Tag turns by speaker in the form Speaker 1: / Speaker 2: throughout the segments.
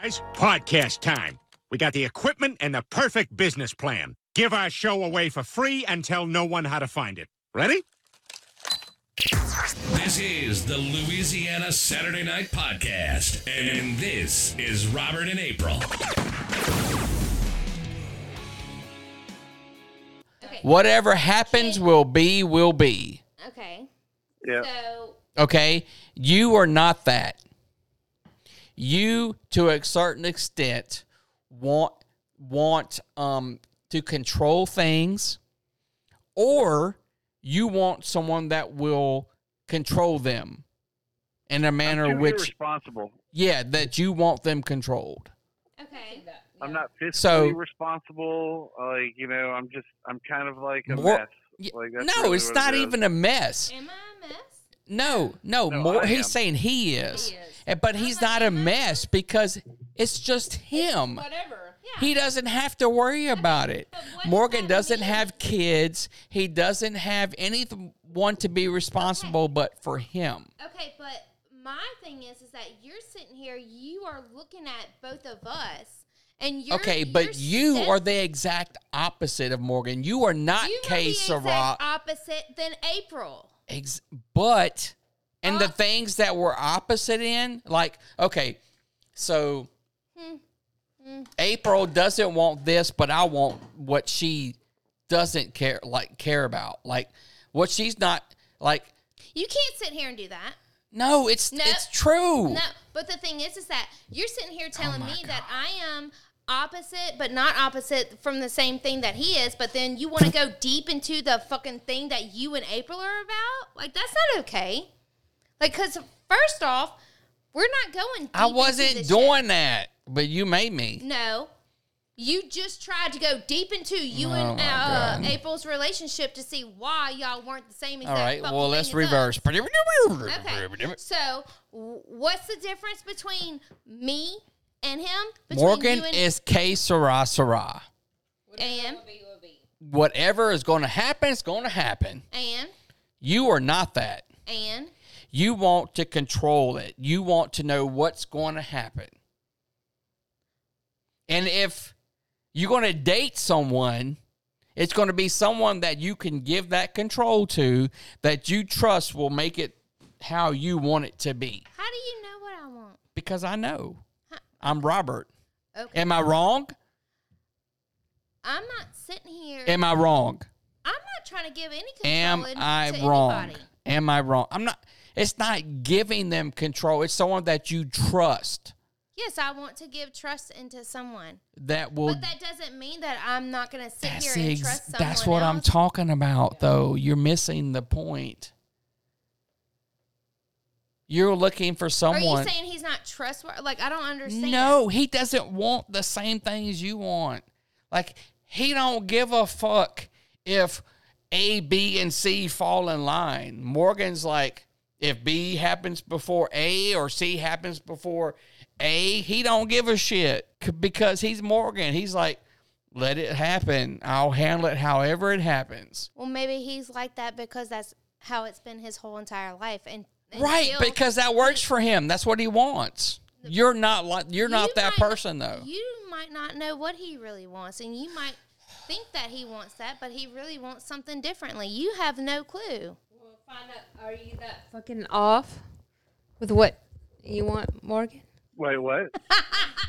Speaker 1: Guys, podcast time. We got the equipment and the perfect business plan. Give our show away for free and tell no one how to find it. Ready?
Speaker 2: This is the Louisiana Saturday Night Podcast, and this is Robert and April.
Speaker 3: Okay.
Speaker 4: Whatever happens will be, will be.
Speaker 3: Okay.
Speaker 5: Yeah.
Speaker 3: So
Speaker 4: Okay? You are not that. You, to a certain extent, want want um to control things, or you want someone that will control them in a manner
Speaker 5: Too
Speaker 4: which
Speaker 5: irresponsible.
Speaker 4: yeah, that you want them controlled.
Speaker 3: okay.
Speaker 5: I'm not fiscally
Speaker 4: So-
Speaker 5: responsible. Like you know, I'm just I'm kind of like a
Speaker 4: More-
Speaker 5: mess.
Speaker 4: Y-
Speaker 5: Like, that's
Speaker 4: no,
Speaker 5: really
Speaker 4: it's
Speaker 5: what it
Speaker 4: not
Speaker 5: is.
Speaker 4: even a mess.
Speaker 3: Am I a mess?
Speaker 4: No, no,
Speaker 5: No,
Speaker 4: more
Speaker 5: I
Speaker 4: he's
Speaker 5: am.
Speaker 4: saying he is.
Speaker 3: He is.
Speaker 4: And- But he's not a mess because it's just him.
Speaker 3: Whatever. Yeah.
Speaker 4: He doesn't have to worry about it.
Speaker 3: what does
Speaker 4: Morgan
Speaker 3: that
Speaker 4: doesn't
Speaker 3: mean?
Speaker 4: have kids. He doesn't have anyone to be responsible but for him.
Speaker 3: Okay, but my thing is, is that you're sitting here, you are looking at both of us, and you're
Speaker 4: okay,
Speaker 3: you're
Speaker 4: but you
Speaker 3: step-
Speaker 4: are the exact opposite of Morgan. You are not
Speaker 3: you are the
Speaker 4: K Sarah.
Speaker 3: exact opposite than April.
Speaker 4: Ex- but and the
Speaker 3: Op-
Speaker 4: things that were opposite in, like, okay, so April doesn't want this, but I want what she doesn't care like care about. Like what she's not like
Speaker 3: You can't sit here and do that.
Speaker 4: no, it's
Speaker 3: No.
Speaker 4: it's true.
Speaker 3: No, but the thing is, is that you're sitting here
Speaker 4: Oh
Speaker 3: telling me that I am opposite, but not opposite from the same thing that he is. But then you want to go deep into the fucking thing that you and April are about. Like that's not okay. Like, cause first off, we're not going. Deep
Speaker 4: I
Speaker 3: into
Speaker 4: wasn't
Speaker 3: this
Speaker 4: doing
Speaker 3: shit.
Speaker 4: that, but you made me.
Speaker 3: No, you just tried to go deep into you and
Speaker 4: Oh my
Speaker 3: uh, April's relationship to see why y'all weren't the same.
Speaker 4: All
Speaker 3: Exact
Speaker 4: right,
Speaker 3: fucking
Speaker 4: well,
Speaker 3: thing
Speaker 4: let's
Speaker 3: as us.
Speaker 4: reverse.
Speaker 3: Okay. So, w- what's the difference between me and him? Between
Speaker 4: Morgan
Speaker 3: you and,
Speaker 4: is K Sarah Sarah.
Speaker 3: and
Speaker 4: Whatever is going to happen, it's going to happen.
Speaker 3: and
Speaker 4: You are not that.
Speaker 3: and
Speaker 4: You want to control it. You want to know what's going to happen. And if you're going to date someone, it's going to be someone that you can give that control to that you trust will make it how you want it to be.
Speaker 3: how do you know what I want?
Speaker 4: Because I know I'm Robert.
Speaker 3: Okay.
Speaker 4: Am I wrong?
Speaker 3: I'm not sitting here.
Speaker 4: Am I wrong?
Speaker 3: I'm not trying to give any control
Speaker 4: Am
Speaker 3: in-
Speaker 4: I
Speaker 3: to
Speaker 4: wrong?
Speaker 3: anybody.
Speaker 4: Am I wrong? I'm not. It's not giving them control. It's someone that you trust
Speaker 3: Yes, I want to give trust into someone,
Speaker 4: that will
Speaker 3: but that doesn't mean that I'm not going to sit
Speaker 4: That's,
Speaker 3: here
Speaker 4: the
Speaker 3: and
Speaker 4: ex-
Speaker 3: trust someone.
Speaker 4: that's what I'm
Speaker 3: else.
Speaker 4: talking about, though. You're missing the point. You're looking for
Speaker 3: Are you
Speaker 4: someone.
Speaker 3: saying he's not trustworthy? Like I don't understand.
Speaker 4: No, he doesn't want the same things you want. Like he don't give a fuck if A, B, and C fall in line. Morgan's like, if B happens before A or C happens before A, he don't give a shit c- because he's Morgan. He's like, let it happen. I'll handle it however it happens.
Speaker 3: Well, maybe he's like that because that's how it's been his whole entire life, and, and
Speaker 4: Right,
Speaker 3: still-
Speaker 4: because that works for him. That's what he wants. You're not like you're not
Speaker 3: You
Speaker 4: that
Speaker 3: might not-
Speaker 4: person though.
Speaker 3: You might not know what he really wants, and you might think that he wants that, but he really wants something differently. You have no clue.
Speaker 6: Well, find out. Are you that fucking off with what you want, Morgan?
Speaker 5: Wait, what?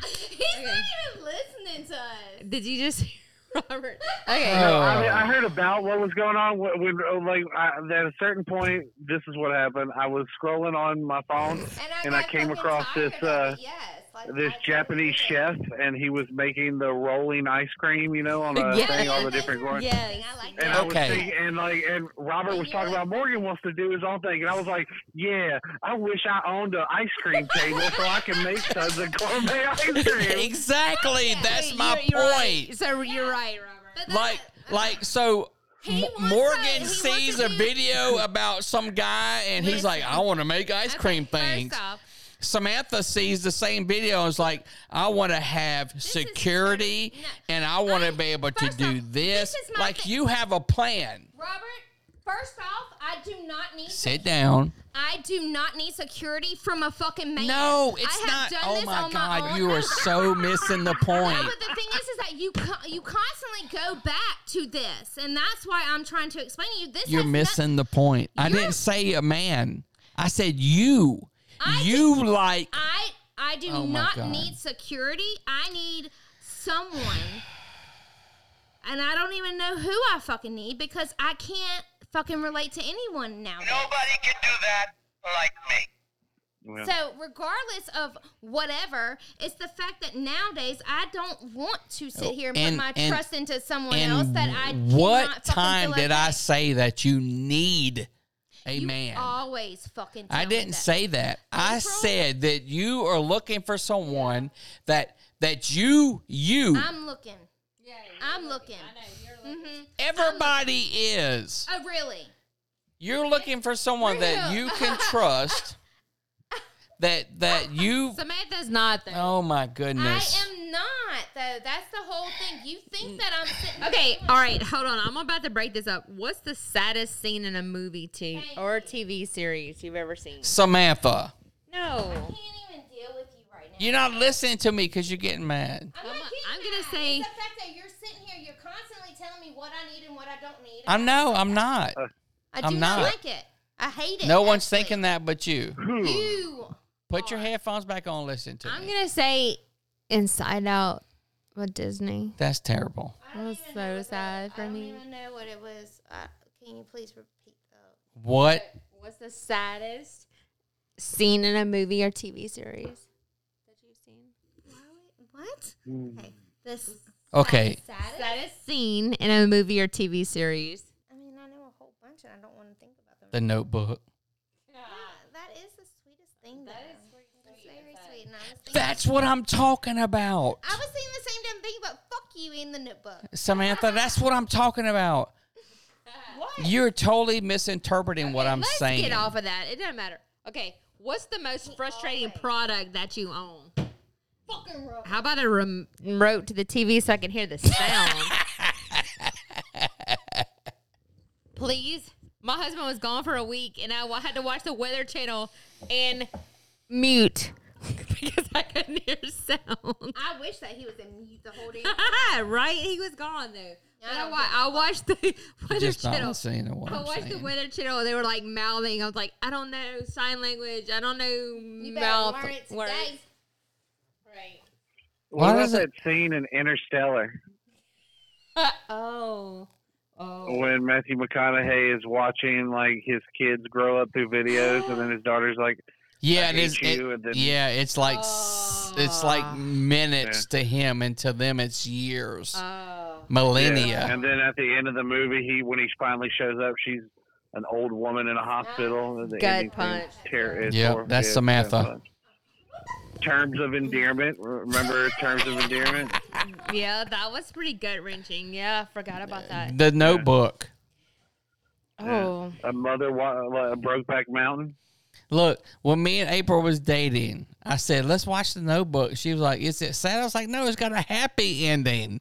Speaker 3: He's not even listening to us.
Speaker 6: Did you just hear Robert? Okay.
Speaker 4: Oh.
Speaker 5: I, mean, I heard about what was going on. When, when, uh, like I, at a certain point, this is what happened. I was scrolling on my phone, and I
Speaker 3: got
Speaker 5: came
Speaker 3: fucking
Speaker 5: across
Speaker 3: tired of
Speaker 5: this
Speaker 3: it,
Speaker 5: uh,
Speaker 3: yes, like,
Speaker 5: this
Speaker 3: I couldn't
Speaker 5: Japanese
Speaker 3: do it.
Speaker 5: chef, and he was making the rolling ice cream. You know, on a
Speaker 6: Yeah.
Speaker 5: thing, all the
Speaker 3: That's
Speaker 5: different.
Speaker 3: interesting.
Speaker 5: going.
Speaker 6: Yes.
Speaker 3: I like
Speaker 5: And
Speaker 3: that.
Speaker 5: I was
Speaker 4: Okay.
Speaker 5: thinking, and like, and Robert was talking about Morgan wants to do his own thing, and I was like, yeah, I wish I owned an ice cream table so I can make some the gourmet ice cream.
Speaker 4: Exactly. That's
Speaker 6: You're-
Speaker 4: my
Speaker 6: you're right.
Speaker 4: point.
Speaker 6: So you're right, Robert.
Speaker 3: But that-
Speaker 4: Like, like, so
Speaker 3: He
Speaker 4: M-
Speaker 3: wants
Speaker 4: Morgan
Speaker 3: to- he
Speaker 4: sees
Speaker 3: wants to
Speaker 4: a
Speaker 3: do-
Speaker 4: video about some guy, and he's like, "I want to make ice cream things."
Speaker 3: First off,
Speaker 4: Samantha sees the same video and is like, "I want to have security,
Speaker 3: no.
Speaker 4: and I want
Speaker 3: I-
Speaker 4: to be able to
Speaker 3: first
Speaker 4: do
Speaker 3: off,
Speaker 4: this."
Speaker 3: this is my
Speaker 4: like,
Speaker 3: thing.
Speaker 4: you have a plan.
Speaker 3: Robert. First off, I do not need
Speaker 4: Sit down.
Speaker 3: I do not need security from a fucking man.
Speaker 4: No,
Speaker 3: I
Speaker 4: it's
Speaker 3: have
Speaker 4: not.
Speaker 3: done
Speaker 4: Oh
Speaker 3: this
Speaker 4: my
Speaker 3: on
Speaker 4: God,
Speaker 3: own.
Speaker 4: you
Speaker 3: No,
Speaker 4: are so missing the
Speaker 3: No,
Speaker 4: point.
Speaker 3: but the thing is, is that you co- you constantly go back to this, and that's why I'm trying to explain to you. This
Speaker 4: You're
Speaker 3: has
Speaker 4: missing the point. I
Speaker 3: You're-
Speaker 4: didn't say a man. I said you.
Speaker 3: I
Speaker 4: you like
Speaker 3: no- I I do
Speaker 4: Oh my
Speaker 3: not
Speaker 4: God.
Speaker 3: need security. I need someone, and I don't even know who I fucking need because I can't fucking relate to anyone now.
Speaker 7: Nobody can do that like me.
Speaker 5: Well,
Speaker 3: So, regardless of whatever, it's the fact that nowadays I don't want to sit here and,
Speaker 4: Oh, And-
Speaker 3: put my
Speaker 4: and-
Speaker 3: trust into someone
Speaker 4: and
Speaker 3: else that I cannot
Speaker 4: what
Speaker 3: fucking
Speaker 4: time
Speaker 3: feel
Speaker 4: did
Speaker 3: okay.
Speaker 4: I say that you need a
Speaker 3: You
Speaker 4: man?
Speaker 3: Always fucking.
Speaker 4: I
Speaker 3: tell me
Speaker 4: didn't
Speaker 3: that.
Speaker 4: say that. I
Speaker 3: April?
Speaker 4: said that you are looking for someone that that you you
Speaker 3: I'm looking.
Speaker 6: Yeah,
Speaker 3: I'm looking. Mhm.
Speaker 4: everybody is.
Speaker 3: Oh, really?
Speaker 4: You're looking for someone that
Speaker 3: Real.
Speaker 4: you can trust. that that you.
Speaker 6: Samantha's not there.
Speaker 4: Oh my goodness.
Speaker 3: I am not though. That's the whole thing. You think that I'm sitting
Speaker 4: Mm.
Speaker 6: Okay, all right, hold on. I'm about to break this up. What's the saddest scene in a movie t- or TV series you've ever seen?
Speaker 4: Samantha.
Speaker 6: No.
Speaker 3: I can't even deal with you right now.
Speaker 4: You're not listening to me because you're getting mad.
Speaker 3: I'm, not
Speaker 6: I'm-
Speaker 3: getting
Speaker 6: I'm gonna
Speaker 3: mad.
Speaker 6: say-
Speaker 3: it's the fact that you're sitting here. You're constantly telling me what I need and what I don't need.
Speaker 4: I know I'm not.
Speaker 3: I do
Speaker 4: I'm
Speaker 3: not.
Speaker 4: not.
Speaker 3: like it. I hate it.
Speaker 4: No one's
Speaker 3: actually.
Speaker 4: thinking that but you.
Speaker 3: You.
Speaker 4: Put your headphones back on. Listen to
Speaker 6: I'm
Speaker 4: me.
Speaker 6: going to say Inside Out with Disney.
Speaker 4: That's terrible.
Speaker 3: I don't
Speaker 6: was
Speaker 3: even
Speaker 6: so
Speaker 3: know what
Speaker 6: sad
Speaker 3: that-
Speaker 6: for
Speaker 3: I
Speaker 6: me.
Speaker 3: don't even know what it was. Uh, can you please repeat though?
Speaker 4: What?
Speaker 6: What's the saddest scene in a movie or TV series that you've seen?
Speaker 3: What?
Speaker 5: mm.
Speaker 3: Okay. This.
Speaker 4: Okay.
Speaker 3: Saddest?
Speaker 6: Saddest scene in a movie or TV series.
Speaker 3: I mean, I know a whole bunch, and I don't want to think about them.
Speaker 4: The Notebook.
Speaker 3: Yeah, that is the sweetest thing. That is That's very sweet. And I was thinking,
Speaker 4: That's what I'm talking about,
Speaker 3: I was thinking the same damn thing, but fuck you in the notebook.
Speaker 4: Samantha. That's what I'm talking about.
Speaker 3: What?
Speaker 4: You're totally misinterpreting what I'm
Speaker 6: Let's
Speaker 4: saying.
Speaker 6: get off of that. It doesn't matter. Okay, what's the most frustrating
Speaker 3: always-
Speaker 6: product that you own?
Speaker 3: fucking wrong.
Speaker 6: How about a rem- remote to the TV so I can hear the sound? Please. My husband was gone for a week and I wa- had to watch the Weather Channel and mute because I couldn't hear sound.
Speaker 3: I wish that he was in mute the whole day.
Speaker 6: right? He was gone though. But I,
Speaker 3: don't
Speaker 6: wa- I watched the Weather
Speaker 4: Just not
Speaker 6: Channel.
Speaker 4: listening to what
Speaker 6: I
Speaker 4: I'm
Speaker 6: watched the
Speaker 4: saying.
Speaker 6: Weather Channel. They were like mouthing. I was like, I don't know sign language. I don't know
Speaker 3: You better
Speaker 6: mouth
Speaker 3: learn it
Speaker 6: words.
Speaker 3: today.
Speaker 4: Why
Speaker 5: What about
Speaker 4: does it-
Speaker 5: that scene in Interstellar
Speaker 6: Oh, oh.
Speaker 5: when Matthew McConaughey is watching like his kids grow up through videos, and then his daughter's like,
Speaker 4: Yeah, it
Speaker 5: hate
Speaker 4: is.
Speaker 5: you, and
Speaker 4: It,
Speaker 5: then-
Speaker 4: yeah, it's like s it's like minutes to him, and to them, it's years,
Speaker 6: Oh.
Speaker 5: Yeah.
Speaker 4: millennia.
Speaker 5: and then at the end of the movie, he when he finally shows up, she's an old woman in a hospital. and The
Speaker 6: Ah, Gut
Speaker 5: ending scene's
Speaker 6: punch.
Speaker 5: Ter- it's
Speaker 4: Yep,
Speaker 5: horrible.
Speaker 4: that's
Speaker 5: Yeah, gut
Speaker 4: Samantha.
Speaker 5: punch. Terms of endearment. Remember terms of endearment?
Speaker 6: Yeah, that was pretty gut wrenching. Yeah, I forgot about that.
Speaker 4: The Notebook.
Speaker 6: Oh,
Speaker 5: A mother wa- a Brokeback Mountain.
Speaker 4: Look, when me and April was dating, I said, "Let's watch The Notebook." She was like, "Is it sad?" I was like, "No, it's got a happy ending."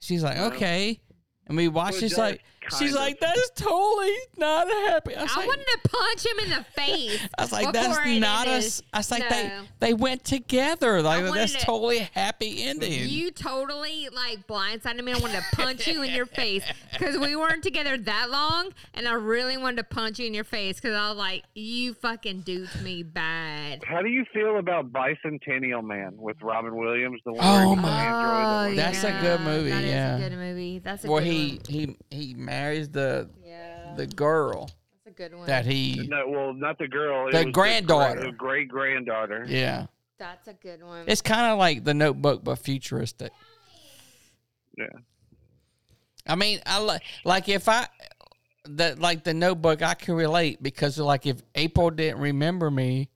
Speaker 4: She's like, "Okay," and we watched.
Speaker 5: Well,
Speaker 4: she's
Speaker 5: that's
Speaker 4: like, "She's
Speaker 5: kind
Speaker 4: like,
Speaker 5: of-
Speaker 4: that is totally not happy." I was
Speaker 6: I
Speaker 4: like,
Speaker 6: wanted to punch him in the face.
Speaker 4: I was like,
Speaker 6: before
Speaker 4: that's
Speaker 6: it
Speaker 4: not
Speaker 6: ended.
Speaker 4: us. I was like,
Speaker 6: No.
Speaker 4: they they went together. Like
Speaker 6: wanted
Speaker 4: that's
Speaker 6: to-
Speaker 4: totally a happy ending.
Speaker 6: You totally like blindsided me. I wanted to punch you in your face because we weren't together that long, and I really wanted to punch you in your face because I was like, "You fucking duped me bad."
Speaker 5: How do you feel about Bicentennial Man with Robin Williams, the one
Speaker 4: Oh,
Speaker 5: where he's an
Speaker 4: my-
Speaker 5: android? that-
Speaker 4: That's a good movie,
Speaker 6: That is
Speaker 4: yeah.
Speaker 6: a good movie. Oh, That's a
Speaker 4: Where
Speaker 6: good
Speaker 4: he
Speaker 6: one.
Speaker 4: he he marries the
Speaker 6: Yeah,
Speaker 4: the girl
Speaker 6: that's a good one.
Speaker 4: that he
Speaker 5: No, well, not the girl. it
Speaker 4: The
Speaker 5: was
Speaker 4: granddaughter.
Speaker 5: The great granddaughter.
Speaker 4: yeah.
Speaker 6: that's a good one.
Speaker 4: It's kind of like the Notebook but futuristic.
Speaker 5: Yeah.
Speaker 4: I mean, I li- like if I that like the Notebook, I can relate because like if April didn't remember me,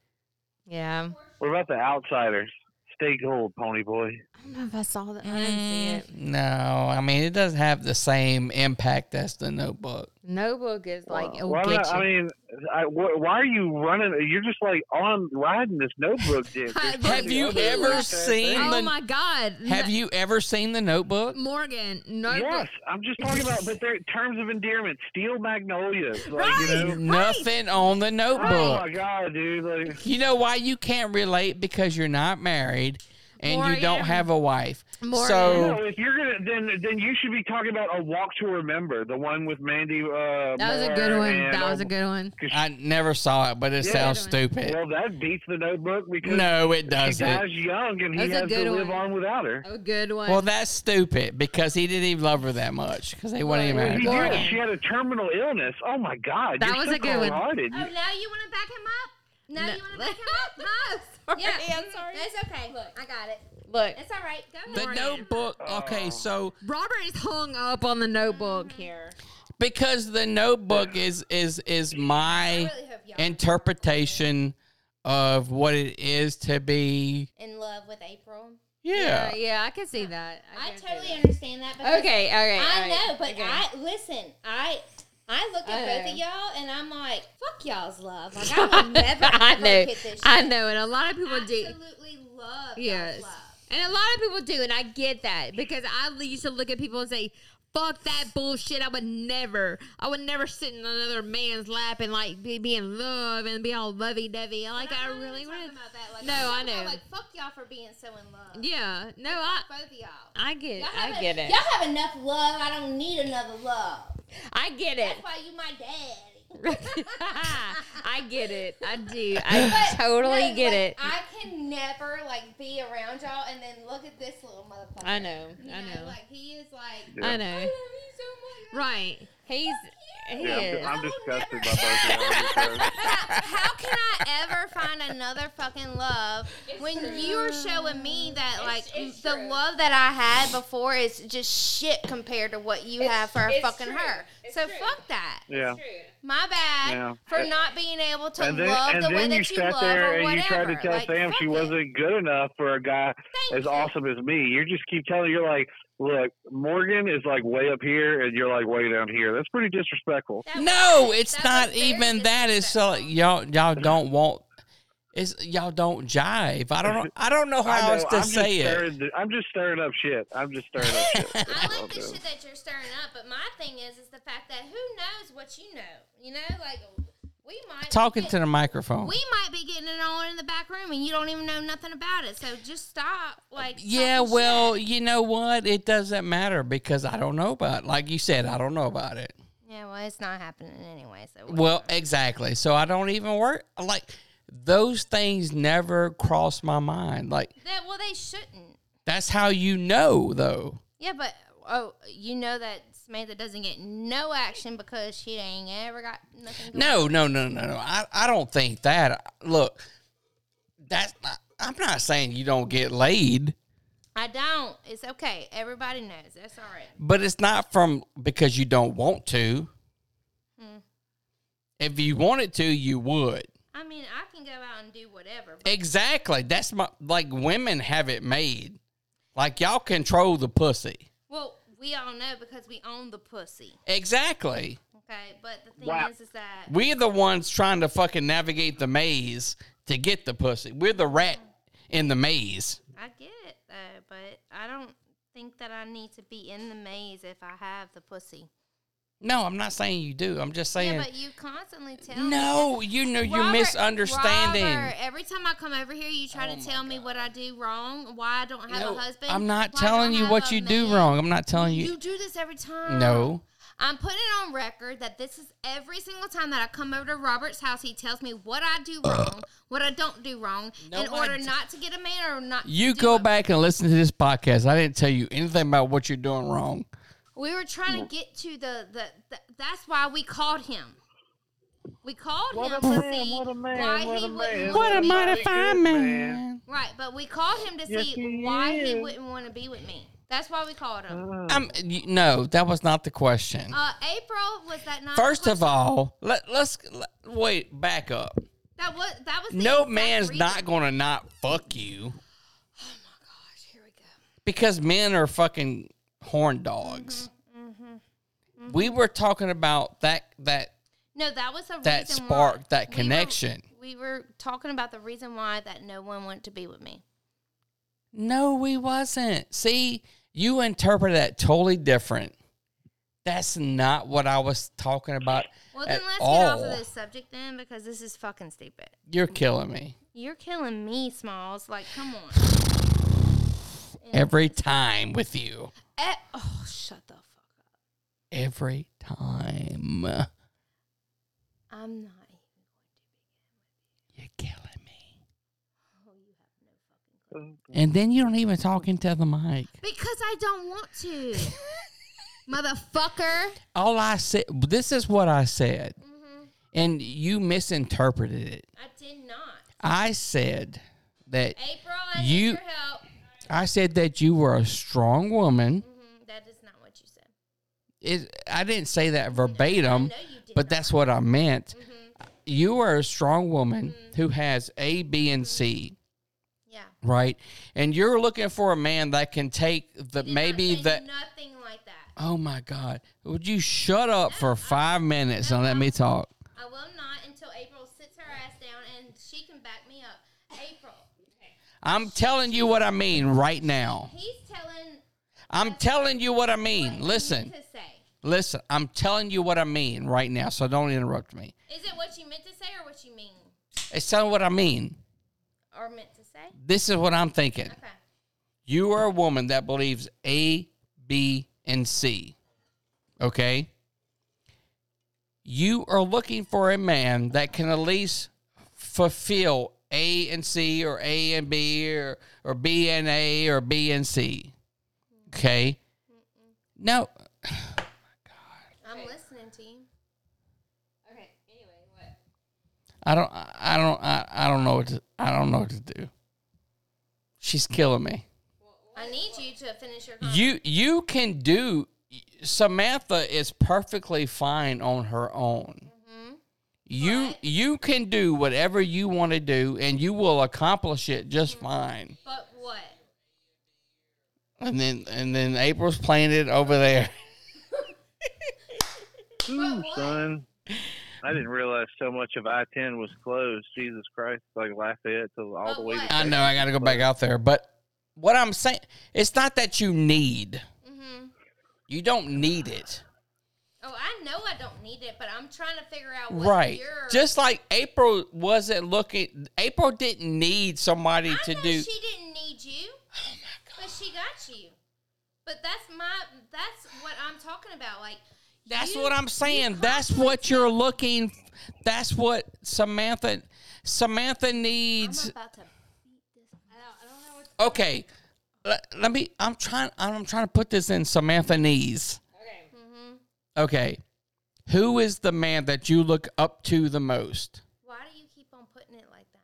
Speaker 6: yeah.
Speaker 5: What about the Outsiders? Stay cool, Pony Boy.
Speaker 6: I don't know if I saw that. I didn't see it.
Speaker 4: no, I mean it doesn't have the same impact as the Notebook.
Speaker 6: Notebook is like it'll
Speaker 5: Well,
Speaker 6: get
Speaker 5: I
Speaker 6: you.
Speaker 5: mean, I, wh- why are you running? You're just like on riding this notebook dick. It's
Speaker 4: Have
Speaker 5: crazy.
Speaker 4: you
Speaker 5: I'm doing
Speaker 4: ever
Speaker 5: the same
Speaker 4: seen
Speaker 5: thing.
Speaker 6: Oh
Speaker 4: the-
Speaker 6: my God.
Speaker 4: Have you ever seen the Notebook?
Speaker 6: Morgan, no.
Speaker 5: Yes, I'm just talking about, but they're terms of endearment, steel magnolias, like you know.
Speaker 4: Nothing on the
Speaker 5: Oh
Speaker 4: Notebook.
Speaker 5: my god, dude! Like,
Speaker 4: You know why you can't relate because you're not married and you don't
Speaker 6: Morgan.
Speaker 4: have a wife.
Speaker 6: Morgan.
Speaker 4: So
Speaker 5: no,
Speaker 6: Oh.
Speaker 5: if you're gonna, then then you should be talking about a walk to remember, the one with Mandy. Uh,
Speaker 6: That was a
Speaker 5: Moore
Speaker 6: good one.
Speaker 5: and,
Speaker 6: That was a
Speaker 5: um,
Speaker 6: good one.
Speaker 4: I never saw it, but it
Speaker 5: Yeah.
Speaker 4: sounds stupid.
Speaker 5: Well, that beats the Notebook because
Speaker 4: No, it
Speaker 5: he dies
Speaker 4: doesn't.
Speaker 5: young and he
Speaker 6: That's a
Speaker 5: has to
Speaker 6: good
Speaker 5: live
Speaker 6: one.
Speaker 5: on without her.
Speaker 6: A good one.
Speaker 4: Well, that's stupid because he didn't even love her that much because they weren't even
Speaker 6: Well,
Speaker 4: married.
Speaker 5: He
Speaker 6: Morgan.
Speaker 5: did. She had a terminal illness. Oh my god,
Speaker 6: That
Speaker 5: you're
Speaker 6: was
Speaker 5: so
Speaker 6: a good one.
Speaker 5: cold-hearted.
Speaker 3: Oh, now you want to back him up? Now you want to back him up?
Speaker 6: no,
Speaker 3: Yeah,
Speaker 6: I'm sorry.
Speaker 3: That's okay. Look, I got it.
Speaker 6: Look,
Speaker 3: It's all right. Go
Speaker 4: The
Speaker 3: Morgan.
Speaker 4: Notebook.
Speaker 5: Oh.
Speaker 4: Okay, so
Speaker 6: Robert is hung up on the notebook here.
Speaker 4: because the Notebook is is is my
Speaker 3: I really hope y'all
Speaker 4: interpretation of what it is to be.
Speaker 3: in love with April.
Speaker 4: Yeah.
Speaker 6: Uh, yeah, I can see that.
Speaker 3: I
Speaker 6: can see
Speaker 3: totally
Speaker 6: that.
Speaker 3: understand that. because
Speaker 6: Okay, okay.
Speaker 3: I
Speaker 6: all
Speaker 3: know,
Speaker 6: right,
Speaker 3: but
Speaker 6: okay.
Speaker 3: I listen. I I look at
Speaker 6: I
Speaker 3: both of
Speaker 6: know.
Speaker 3: y'all and I'm like, fuck y'all's love. Like I will never
Speaker 6: I know.
Speaker 3: look at this.
Speaker 6: I
Speaker 3: shit.
Speaker 6: know, and a lot of people do.
Speaker 3: absolutely love.
Speaker 6: Yes.
Speaker 3: Yes. Love.
Speaker 6: And a lot of people do, and I get that because I used to look at people and say, "Fuck that bullshit." I would never, I would never sit in another man's lap and like be, be in love and be all lovey dovey. Like
Speaker 3: But
Speaker 6: I
Speaker 3: I'm not
Speaker 6: really
Speaker 3: even
Speaker 6: want.
Speaker 3: talking about that. Like,
Speaker 6: No,
Speaker 3: I'm
Speaker 6: I
Speaker 3: talking about,
Speaker 6: know.
Speaker 3: Like, fuck y'all for being so in love.
Speaker 6: Yeah, no, I,
Speaker 3: Both of y'all.
Speaker 6: I get,
Speaker 3: Y'all
Speaker 6: it.
Speaker 3: have
Speaker 6: I
Speaker 3: a-
Speaker 6: get it,
Speaker 3: Y'all have enough love. I don't need another love.
Speaker 6: I get it,
Speaker 3: That's why you my daddy.
Speaker 6: I get it, I do, I
Speaker 3: But,
Speaker 6: totally
Speaker 3: no,
Speaker 6: get
Speaker 3: like,
Speaker 6: it.
Speaker 3: I can never like be around y'all and then look at this little motherfucker.
Speaker 6: I know,
Speaker 3: You
Speaker 6: I know,
Speaker 3: Like he is like.
Speaker 6: I
Speaker 3: I
Speaker 6: know.
Speaker 3: love you so much.
Speaker 6: Right? He's he
Speaker 5: Yeah, I'm-
Speaker 6: is.
Speaker 5: I'm, disgusted by both of them.
Speaker 3: Oh, How can I ever find another fucking love when you are showing me that like the love that I had before is just shit compared to what you have for a fucking her. So fuck that.
Speaker 5: Yeah.
Speaker 3: My bad
Speaker 5: Yeah.
Speaker 3: for not being able to
Speaker 5: And then,
Speaker 3: love
Speaker 5: and
Speaker 3: the way
Speaker 5: then you
Speaker 3: that you
Speaker 5: sat
Speaker 3: love
Speaker 5: there
Speaker 3: or
Speaker 5: and
Speaker 3: whatever.
Speaker 5: you tried to tell
Speaker 3: Like,
Speaker 5: Sam
Speaker 3: fuck
Speaker 5: she
Speaker 3: it.
Speaker 5: wasn't good enough for a guy
Speaker 3: Thank
Speaker 5: as
Speaker 3: you.
Speaker 5: awesome as me. You just keep telling you're like, look, Morgan is like way up here, and you're like way down here. That's pretty disrespectful.
Speaker 3: That
Speaker 4: No,
Speaker 3: was-
Speaker 4: it's
Speaker 3: that
Speaker 4: not
Speaker 3: was very
Speaker 4: even that. It's so
Speaker 3: disrespectful.
Speaker 4: y'all y'all don't want. It's y'all don't jive. I don't know. I don't know
Speaker 5: I
Speaker 4: how
Speaker 5: know,
Speaker 4: else to
Speaker 5: I'm just
Speaker 4: say it.
Speaker 5: stirring the- I'm just stirring up shit. I'm just stirring up shit. That's
Speaker 3: I
Speaker 5: all I'm
Speaker 3: like the
Speaker 5: doing.
Speaker 3: shit that you're stirring up, but my thing is, is the fact that who knows what you know? You know, like we might be
Speaker 4: Talking
Speaker 3: get-
Speaker 4: to the microphone.
Speaker 3: We might be getting it on in the back room, and you don't even know nothing about it. So just stop. Like
Speaker 4: Yeah,
Speaker 3: talking
Speaker 4: well,
Speaker 3: shit.
Speaker 4: you know what? It doesn't matter because I don't know about. Like you said, I don't know about it.
Speaker 3: yeah, well, it's not happening anyway. So what?
Speaker 4: Well, exactly. So I don't even work. Like those things never cross my mind. Like
Speaker 3: That- well, they shouldn't.
Speaker 4: that's how you know, though.
Speaker 3: Yeah, but oh, you know that Samantha doesn't get no action because she ain't ever got nothing. Going
Speaker 4: No, no, no, no, no. I, I don't think that. Look, that's not, I'm not saying you don't get laid,
Speaker 3: I don't. It's okay. Everybody knows. That's all right.
Speaker 4: but it's not from because you don't want to. If you wanted to, you would.
Speaker 3: I mean, I can go out and do whatever. But
Speaker 4: Exactly. That's my like women have it made. Like y'all control the pussy.
Speaker 3: Well, we all know because we own the pussy.
Speaker 4: Exactly.
Speaker 3: Okay, but the thing
Speaker 5: Wow.
Speaker 3: is, is that
Speaker 4: We're the ones trying to fucking navigate the maze to get the pussy. We're the rat in the maze.
Speaker 3: I get it though, but I don't think that I need to be in the maze if I have the pussy.
Speaker 4: No, I'm not saying you do. I'm just saying
Speaker 3: Yeah, but you constantly tell me.
Speaker 4: No, you know you're
Speaker 3: Robert-
Speaker 4: misunderstanding. Oh
Speaker 3: Robert, every time I come over here, you try to tell me what I do wrong, why I don't have
Speaker 4: No,
Speaker 3: a husband.
Speaker 4: I'm not
Speaker 3: why I
Speaker 4: telling
Speaker 3: don't
Speaker 4: you
Speaker 3: have
Speaker 4: what
Speaker 3: a
Speaker 4: you do
Speaker 3: man.
Speaker 4: wrong. I'm not telling you.
Speaker 3: You do this every time.
Speaker 4: no.
Speaker 3: I'm putting it on record that this is every single time that I come over to Robert's house, he tells me what I do wrong, what I don't do wrong,
Speaker 4: No,
Speaker 3: in
Speaker 4: I
Speaker 3: order
Speaker 4: d-
Speaker 3: not to get a man or not. to
Speaker 4: You
Speaker 3: do
Speaker 4: go
Speaker 3: it.
Speaker 4: back and listen to this podcast. I didn't tell you anything about what you're doing wrong.
Speaker 3: We were trying
Speaker 4: Mm.
Speaker 3: to get to the the. the that's why we called him. We called
Speaker 5: What
Speaker 3: him
Speaker 5: a
Speaker 3: to
Speaker 5: man,
Speaker 3: see
Speaker 5: what a man,
Speaker 3: why
Speaker 5: what
Speaker 3: he
Speaker 5: a man.
Speaker 3: wouldn't.
Speaker 5: What
Speaker 3: want
Speaker 5: a
Speaker 3: to be-
Speaker 5: mighty fine man.
Speaker 3: Right, but we called him to
Speaker 5: Yes,
Speaker 3: see
Speaker 5: he
Speaker 3: why he
Speaker 5: is.
Speaker 3: wouldn't want to be with me. That's why we called him.
Speaker 4: I'm, you, no, that was not the question.
Speaker 3: Uh, April was that not?
Speaker 4: First of
Speaker 3: what-
Speaker 4: all, let, let's let, wait, back up.
Speaker 3: that was that was the
Speaker 4: No
Speaker 3: exact
Speaker 4: man's
Speaker 3: reason.
Speaker 4: not going to not fuck you
Speaker 3: Oh Gosh, here we go.
Speaker 4: because men are fucking
Speaker 3: Mm-hmm,
Speaker 4: horn dogs. We were talking about that that
Speaker 3: No, that was a
Speaker 4: That
Speaker 3: reason why
Speaker 4: sparked that
Speaker 3: we were-
Speaker 4: connection.
Speaker 3: We were, talking about the reason why that no one wanted to be with me.
Speaker 4: No, we wasn't. See, you interpret that totally different. That's not what I was talking about.
Speaker 3: Well,
Speaker 4: at
Speaker 3: then let's
Speaker 4: all.
Speaker 3: get off of this subject then, because this is fucking stupid.
Speaker 4: You're killing me
Speaker 3: You're killing me, Smalls. Like, come on.
Speaker 4: every time with you.
Speaker 3: Eh, oh, shut the fuck up.
Speaker 4: Every time.
Speaker 3: I'm not.
Speaker 4: You're killing me. And then you don't even talk into the mic.
Speaker 3: Because I don't want to. Motherfucker.
Speaker 4: All I said, this is what I said,
Speaker 3: Mm-hmm.
Speaker 4: and you misinterpreted it.
Speaker 3: I did not.
Speaker 4: I said that
Speaker 3: April, I need
Speaker 4: You-
Speaker 3: your help.
Speaker 4: I said that you were a strong woman.
Speaker 3: Mhm, That is not what you said.
Speaker 4: It, I didn't say that verbatim,
Speaker 3: know you did Mm-hmm.
Speaker 4: but that's what I meant. You are a strong woman who has A, B, and C,
Speaker 3: Yeah.
Speaker 4: right? And you're looking for a man that can take the
Speaker 3: Did not
Speaker 4: maybe
Speaker 3: say
Speaker 4: that.
Speaker 3: Nothing like that.
Speaker 4: Oh my God! Would you shut up for five minutes and let me talk?
Speaker 3: I will not until April sits her ass down and she can back me up. April.
Speaker 4: I'm telling you what I mean right now.
Speaker 3: He's telling
Speaker 4: I'm telling you what I
Speaker 3: what
Speaker 4: mean.
Speaker 3: you
Speaker 4: Listen,
Speaker 3: meant to say.
Speaker 4: listen. I'm telling you what I mean right now. So don't interrupt me.
Speaker 3: Is it what you meant to say or what you mean?
Speaker 4: It's telling what I mean.
Speaker 3: Or meant to say?
Speaker 4: This is what I'm thinking.
Speaker 3: Okay.
Speaker 4: You are a woman that believes A, B, and C. Okay? You are looking for a man that can at least fulfill A and C or A and B or, or B and A or B and C. Okay? No.
Speaker 3: I'm listening to you. Okay. Anyway, what?
Speaker 4: I don't I don't I, I don't know what to, I don't know what to do. She's killing me.
Speaker 3: I need you to finish your
Speaker 4: you
Speaker 3: conversation.
Speaker 4: you can do Samantha is perfectly fine on her own.
Speaker 3: Mm-hmm.
Speaker 4: You you can do whatever you want to do and you will accomplish it just
Speaker 3: Mm-hmm.
Speaker 4: fine.
Speaker 3: But what?
Speaker 4: And then and then April's playing it over there.
Speaker 5: Ooh, son. I didn't realize so much of I ten was closed. Jesus Christ, like Lafayette to all the way.
Speaker 3: But
Speaker 5: To
Speaker 3: Oh,
Speaker 4: I
Speaker 3: what?
Speaker 4: know I got to go back out there, but what I'm saying it's not that you need.
Speaker 3: Mm-hmm.
Speaker 4: You don't need it.
Speaker 3: Oh, I know I don't need it, but I'm trying to figure out what
Speaker 4: Right.
Speaker 3: your-
Speaker 4: Just like April wasn't looking April didn't need somebody
Speaker 3: I
Speaker 4: to
Speaker 3: know
Speaker 4: do Oh
Speaker 3: She didn't need you. But she got you. But that's my. That's what I'm talking about. Like.
Speaker 4: That's
Speaker 3: you-
Speaker 4: what I'm
Speaker 3: you
Speaker 4: saying. That's
Speaker 3: compliment-
Speaker 4: what you're looking. That's what Samantha Samantha needs.
Speaker 3: I'm about to.
Speaker 4: Okay, let, let me. I'm trying. I'm trying to put this in Samantha knees.
Speaker 3: Mm-hmm.
Speaker 4: Okay. Who is the man that you look up to the most?
Speaker 3: Why do you keep on putting it like that?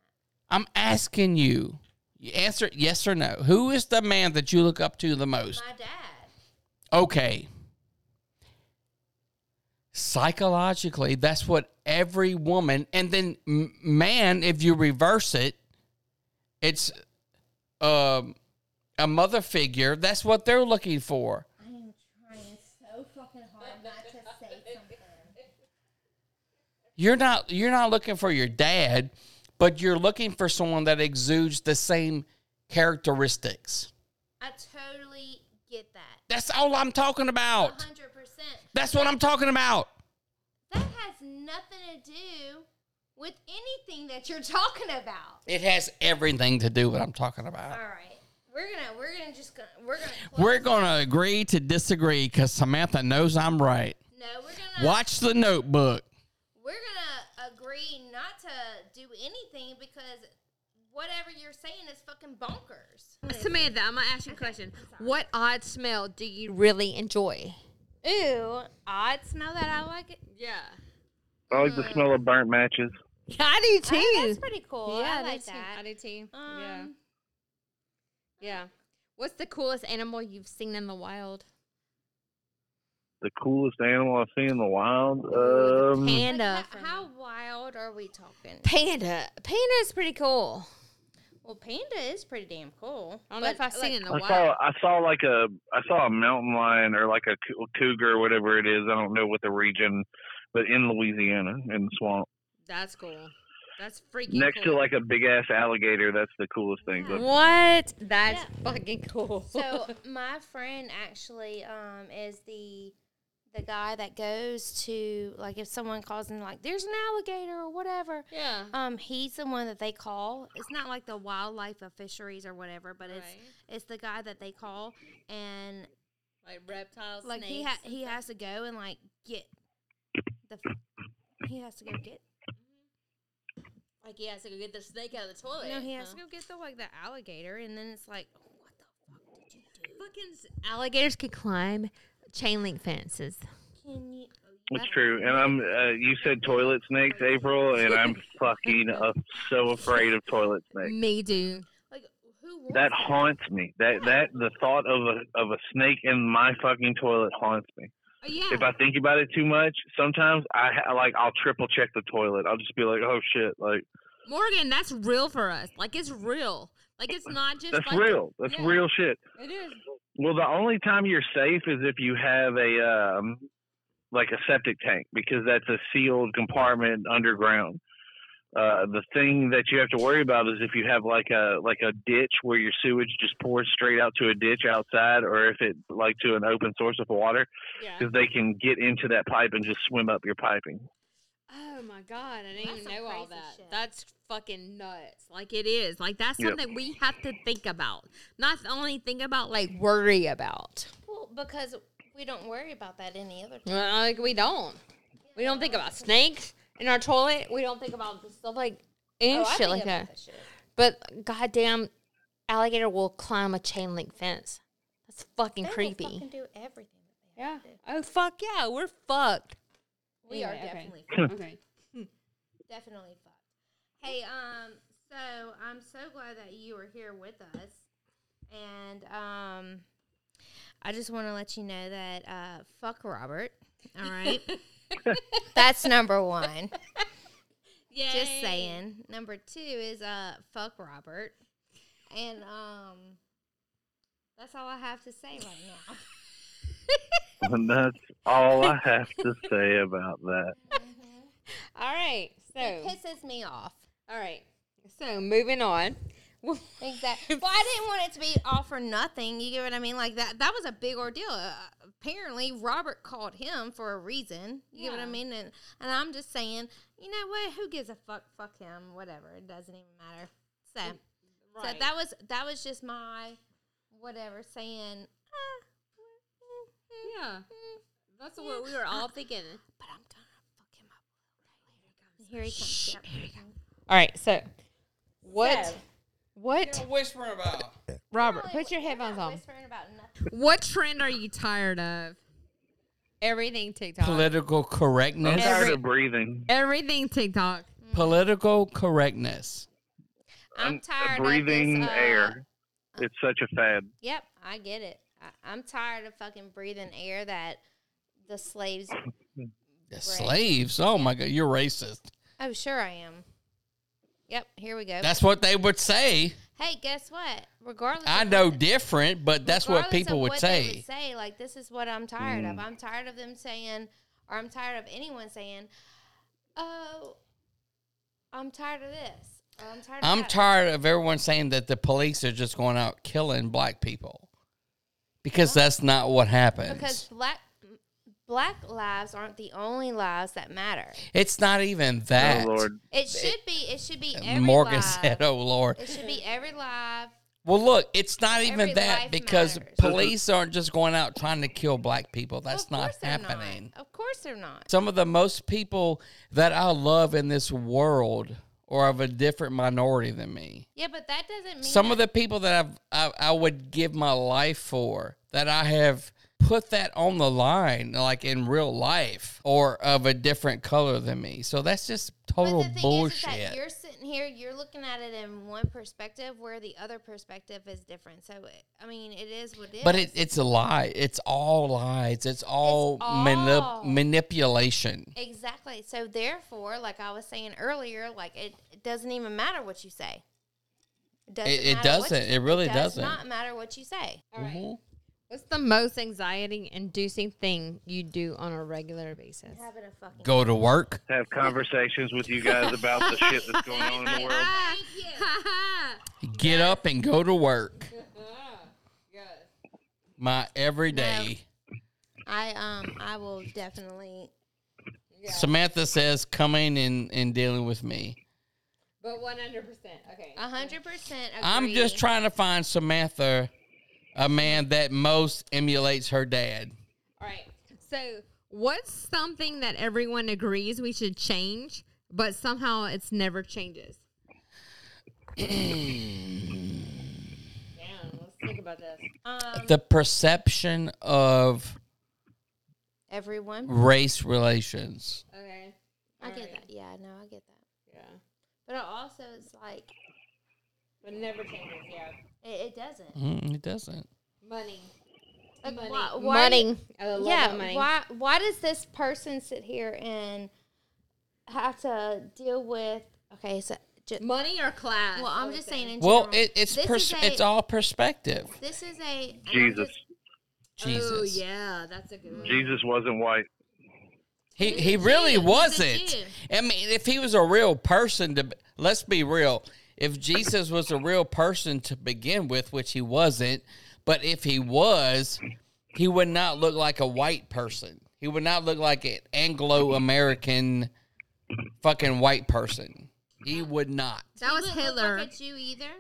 Speaker 4: I'm asking you. You answer yes or no. Who is the man that you look up to the most?
Speaker 3: My dad.
Speaker 4: okay. Psychologically, that's what every woman, and then m- man, if you reverse it, it's um, a mother figure. That's what they're looking for.
Speaker 3: I am trying so fucking hard not to say something.
Speaker 4: You're not you're not looking for your dad, but you're looking for someone that exudes the same characteristics.
Speaker 3: I totally get that.
Speaker 4: That's all I'm talking about.
Speaker 3: 100%.
Speaker 4: That's what I'm talking about.
Speaker 3: That has nothing to do with anything that you're talking about.
Speaker 4: It has everything to do with what I'm talking about.
Speaker 3: All right. We're gonna, we're gonna just, gonna, we're gonna. close-
Speaker 4: We're going to agree to disagree because Samantha knows I'm right.
Speaker 3: No, we're gonna.
Speaker 4: Watch the notebook.
Speaker 3: We're gonna agree not to do anything because whatever you're saying is fucking bonkers.
Speaker 6: Samantha, I'm gonna ask you a question. What odd smell do you really enjoy?
Speaker 3: Ooh, odd smell that I like. It.
Speaker 6: Yeah,
Speaker 5: I like the smell of burnt matches.
Speaker 6: I do too.
Speaker 3: that's pretty cool. I like that.
Speaker 6: I do too. yeah,
Speaker 3: Um,
Speaker 6: yeah. What's the coolest animal you've seen in the wild?
Speaker 5: The coolest animal I've seen in the wild.
Speaker 6: Ooh, the
Speaker 5: Um,
Speaker 3: Like,
Speaker 6: panda.
Speaker 3: ho- how wild are we talking?
Speaker 6: Panda. Panda is pretty cool.
Speaker 3: Well, panda is pretty damn cool.
Speaker 6: I don't know if
Speaker 3: but,
Speaker 6: I've seen it in the
Speaker 5: I
Speaker 6: wild.
Speaker 5: saw I saw like a I saw a mountain lion or like a cou- cougar or whatever it is. I don't know what the region but in Louisiana, in the swamp,
Speaker 6: That's cool. That's freaking
Speaker 5: next to
Speaker 6: cool.
Speaker 5: like a big ass alligator. That's the coolest thing. But
Speaker 6: What? That's fucking cool.
Speaker 3: So my friend actually um, is the the guy that goes to like if someone calls and like there's an alligator or whatever.
Speaker 6: yeah.
Speaker 3: Um, he's the one that they call. It's not like the wildlife of fisheries or whatever, but it's
Speaker 6: Right.
Speaker 3: it's the guy that they call and
Speaker 6: Like reptiles.
Speaker 3: like he ha- he has to go and like get the f- he has to go get
Speaker 6: like he has to go get the snake out of the toilet.
Speaker 3: no he has to go get the like the alligator and then it's like what the fuck did you do?
Speaker 6: Fucking s- alligators could climb chain link fences.
Speaker 3: Can you?
Speaker 5: it's true. And I'm. Uh, you said toilet snakes, April, and I'm fucking uh, so afraid of toilet snakes.
Speaker 6: Me do.
Speaker 3: Like who wants
Speaker 5: That haunts me. That that the thought of a of a snake in my fucking toilet haunts me.
Speaker 6: Oh, yeah.
Speaker 5: If I think about it too much, sometimes I ha- like I'll triple check the toilet. I'll just be like, oh shit, like
Speaker 6: Morgan, that's real for us. Like it's real. Like it's not just
Speaker 5: that's
Speaker 6: like
Speaker 5: real. That's
Speaker 6: yeah.
Speaker 5: real shit.
Speaker 6: It is.
Speaker 5: Well, the only time you're safe is if you have a um, like a septic tank because that's a sealed compartment underground. Uh, the thing that you have to worry about is if you have like a like a ditch where your sewage just pours straight out to a ditch outside, or if it like to an open source of water,
Speaker 6: Yeah.
Speaker 5: because they can get into that pipe and just swim up your piping.
Speaker 6: Oh my god, I didn't
Speaker 3: That's
Speaker 6: even
Speaker 3: some
Speaker 6: know all
Speaker 3: crazy
Speaker 6: that.
Speaker 3: shit.
Speaker 6: That's fucking nuts. Like it is. Like that's
Speaker 5: Yep.
Speaker 6: something we have to think about. Not the only think about, like worry about.
Speaker 3: Well, because we don't worry about that any other time.
Speaker 6: Well, Like we don't. We don't think about snakes in our toilet. We don't think about the stuff like and
Speaker 3: Oh, I
Speaker 6: shit
Speaker 3: think
Speaker 6: like
Speaker 3: about
Speaker 6: that. But goddamn, alligator will climb a chain link fence. That's fucking
Speaker 3: They will
Speaker 6: creepy.
Speaker 3: fucking do everything. that they
Speaker 6: yeah.
Speaker 3: have to do.
Speaker 6: Oh fuck yeah, we're fucked.
Speaker 3: We are
Speaker 6: Anyway, okay.
Speaker 3: definitely
Speaker 6: okay.
Speaker 3: definitely fucked. Hey, um, so I'm so glad that you are here with us, and um, I just want to let you know that uh, fuck Robert. All right, that's number one.
Speaker 6: Yeah.
Speaker 3: Just saying. Number two is uh fuck Robert. And um that's all I have to say right now.
Speaker 5: and that's all I have to say about that.
Speaker 6: All right. So
Speaker 3: It pisses me off.
Speaker 6: all right. So moving on.
Speaker 3: Exactly. Well, I didn't want it to be all for nothing. You get what I mean? Like that that was a big ordeal. Uh, apparently Robert called him for a reason. You get what I
Speaker 6: Yeah.
Speaker 3: mean? And and I'm just saying, you know what? Who gives a fuck? Fuck him. Whatever. It doesn't even matter. So So that was that was just my whatever saying "Ah, mm, mm,
Speaker 6: yeah.
Speaker 3: mm."
Speaker 6: That's what we were all thinking.
Speaker 3: but I'm gonna fuck him up. And Here he comes. Yep.
Speaker 6: All right. So what?
Speaker 3: So-
Speaker 6: what?
Speaker 4: Whispering about.
Speaker 6: Robert,
Speaker 3: Really,
Speaker 6: put your
Speaker 3: we're
Speaker 6: headphones
Speaker 3: not
Speaker 6: on.
Speaker 3: Whispering about nothing.
Speaker 6: What trend are you tired of? Everything TikTok.
Speaker 4: Political
Speaker 5: I'm
Speaker 4: correctness.
Speaker 5: tired of breathing.
Speaker 6: Everything TikTok.
Speaker 4: Political correctness.
Speaker 3: I'm tired of
Speaker 5: breathing
Speaker 3: this, uh,
Speaker 5: air. It's such a fad.
Speaker 3: Yep, I get it. I, I'm tired of fucking breathing air that the slaves.
Speaker 4: The slaves. Oh my God, you're racist.
Speaker 3: Oh, sure I am. Yep, here we go.
Speaker 4: That's what they would say.
Speaker 3: hey, guess what? Regardless,
Speaker 4: I
Speaker 3: of
Speaker 4: know
Speaker 3: what the-
Speaker 4: different, but that's what
Speaker 3: regardless of
Speaker 4: people would
Speaker 3: what they
Speaker 4: say. Mm.
Speaker 3: say like this is what I'm tired of. I'm tired of them saying, or I'm tired of anyone saying, "Oh, I'm tired of this." Or, I'm tired. Of
Speaker 4: I'm
Speaker 3: that."
Speaker 4: tired of everyone saying that the police are just going out killing black people because that's not what happens.
Speaker 3: because black black lives aren't the only lives that matter.
Speaker 4: it's not even that.
Speaker 5: Oh Lord.
Speaker 3: It should be. It should be every
Speaker 4: Morgan
Speaker 3: life.
Speaker 4: said, "Oh Lord."
Speaker 3: It should be every life.
Speaker 4: Well, look, it's not even
Speaker 3: Every life
Speaker 4: that because
Speaker 3: matters.
Speaker 4: police aren't just going out trying to kill black people. That's
Speaker 3: Of course
Speaker 4: not
Speaker 3: they're
Speaker 4: happening.
Speaker 3: Of course they're not.
Speaker 4: some of the most people that I love in this world are of a different minority than me.
Speaker 3: Yeah, but that doesn't mean
Speaker 4: Some of the people that I've, I I would give my life for that I have put that on the line, like in real life, or of a different color than me. So that's just total bullshit.
Speaker 3: Is, is that you're sitting here, you're looking at it in one perspective, where the other perspective is different. So, it, I mean, it is what it is.
Speaker 4: but it, it's a lie. It's all lies. It's all, manip-
Speaker 3: all-
Speaker 4: manipulation.
Speaker 3: exactly. So, therefore, like I was saying earlier, like it, it doesn't even matter what you say.
Speaker 4: It- it
Speaker 3: matter what
Speaker 4: doesn't.
Speaker 3: you-
Speaker 4: It really
Speaker 3: does
Speaker 4: doesn't.
Speaker 3: Not matter what you say.
Speaker 6: All right.
Speaker 4: Mhm.
Speaker 6: What's the most anxiety inducing thing you do on a regular basis?
Speaker 3: Having a fucking.
Speaker 4: Go to work.
Speaker 5: Have conversations with you guys about the shit that's going on in the world.
Speaker 6: Ah.
Speaker 3: Thank you.
Speaker 4: Get up and go to work.
Speaker 6: Ah,
Speaker 4: My everyday.
Speaker 3: I um I will definitely.
Speaker 4: Samantha says, coming and, and dealing with me.
Speaker 6: But 100%. Okay.
Speaker 3: A hundred percent.
Speaker 4: I'm just
Speaker 3: agree.
Speaker 4: trying to find Samantha a man that most emulates her dad.
Speaker 6: All right. So, what's something that everyone agrees we should change, but somehow it's never changes? Damn, let's think about this.
Speaker 3: Um,
Speaker 4: The perception of
Speaker 3: everyone.
Speaker 4: race relations.
Speaker 6: Okay.
Speaker 3: I get that. Yeah, no, I get that.
Speaker 6: Yeah.
Speaker 3: But it also is like
Speaker 6: But never changes, yeah.
Speaker 3: it, it doesn't.
Speaker 4: Mm, it doesn't.
Speaker 6: Money.
Speaker 3: Like,
Speaker 6: Money.
Speaker 3: why- why-
Speaker 6: money. I love
Speaker 3: Yeah.
Speaker 6: money.
Speaker 3: Why Why does this person sit here and have to deal with? Okay, so just,
Speaker 6: Money or class?
Speaker 3: well, I'm just saying. In
Speaker 4: Well,
Speaker 3: general,
Speaker 4: it, it's
Speaker 3: This
Speaker 4: pers-
Speaker 3: is a- Oh,
Speaker 4: it's all perspective.
Speaker 3: this is a and I'm
Speaker 5: Jesus.
Speaker 3: just-
Speaker 4: Jesus.
Speaker 6: Oh, yeah. That's a good one.
Speaker 5: Jesus wasn't white.
Speaker 4: He he really wasn't.
Speaker 3: Jew.
Speaker 4: I mean, if he was a real person, to be- let's be real. If Jesus was a real person to begin with, which he wasn't, but if he was, he would not look like a white person. He would not look like an Anglo American fucking white person. He would not.
Speaker 6: That was
Speaker 3: he wouldn't
Speaker 6: Hitler.
Speaker 3: Look like a Jew either.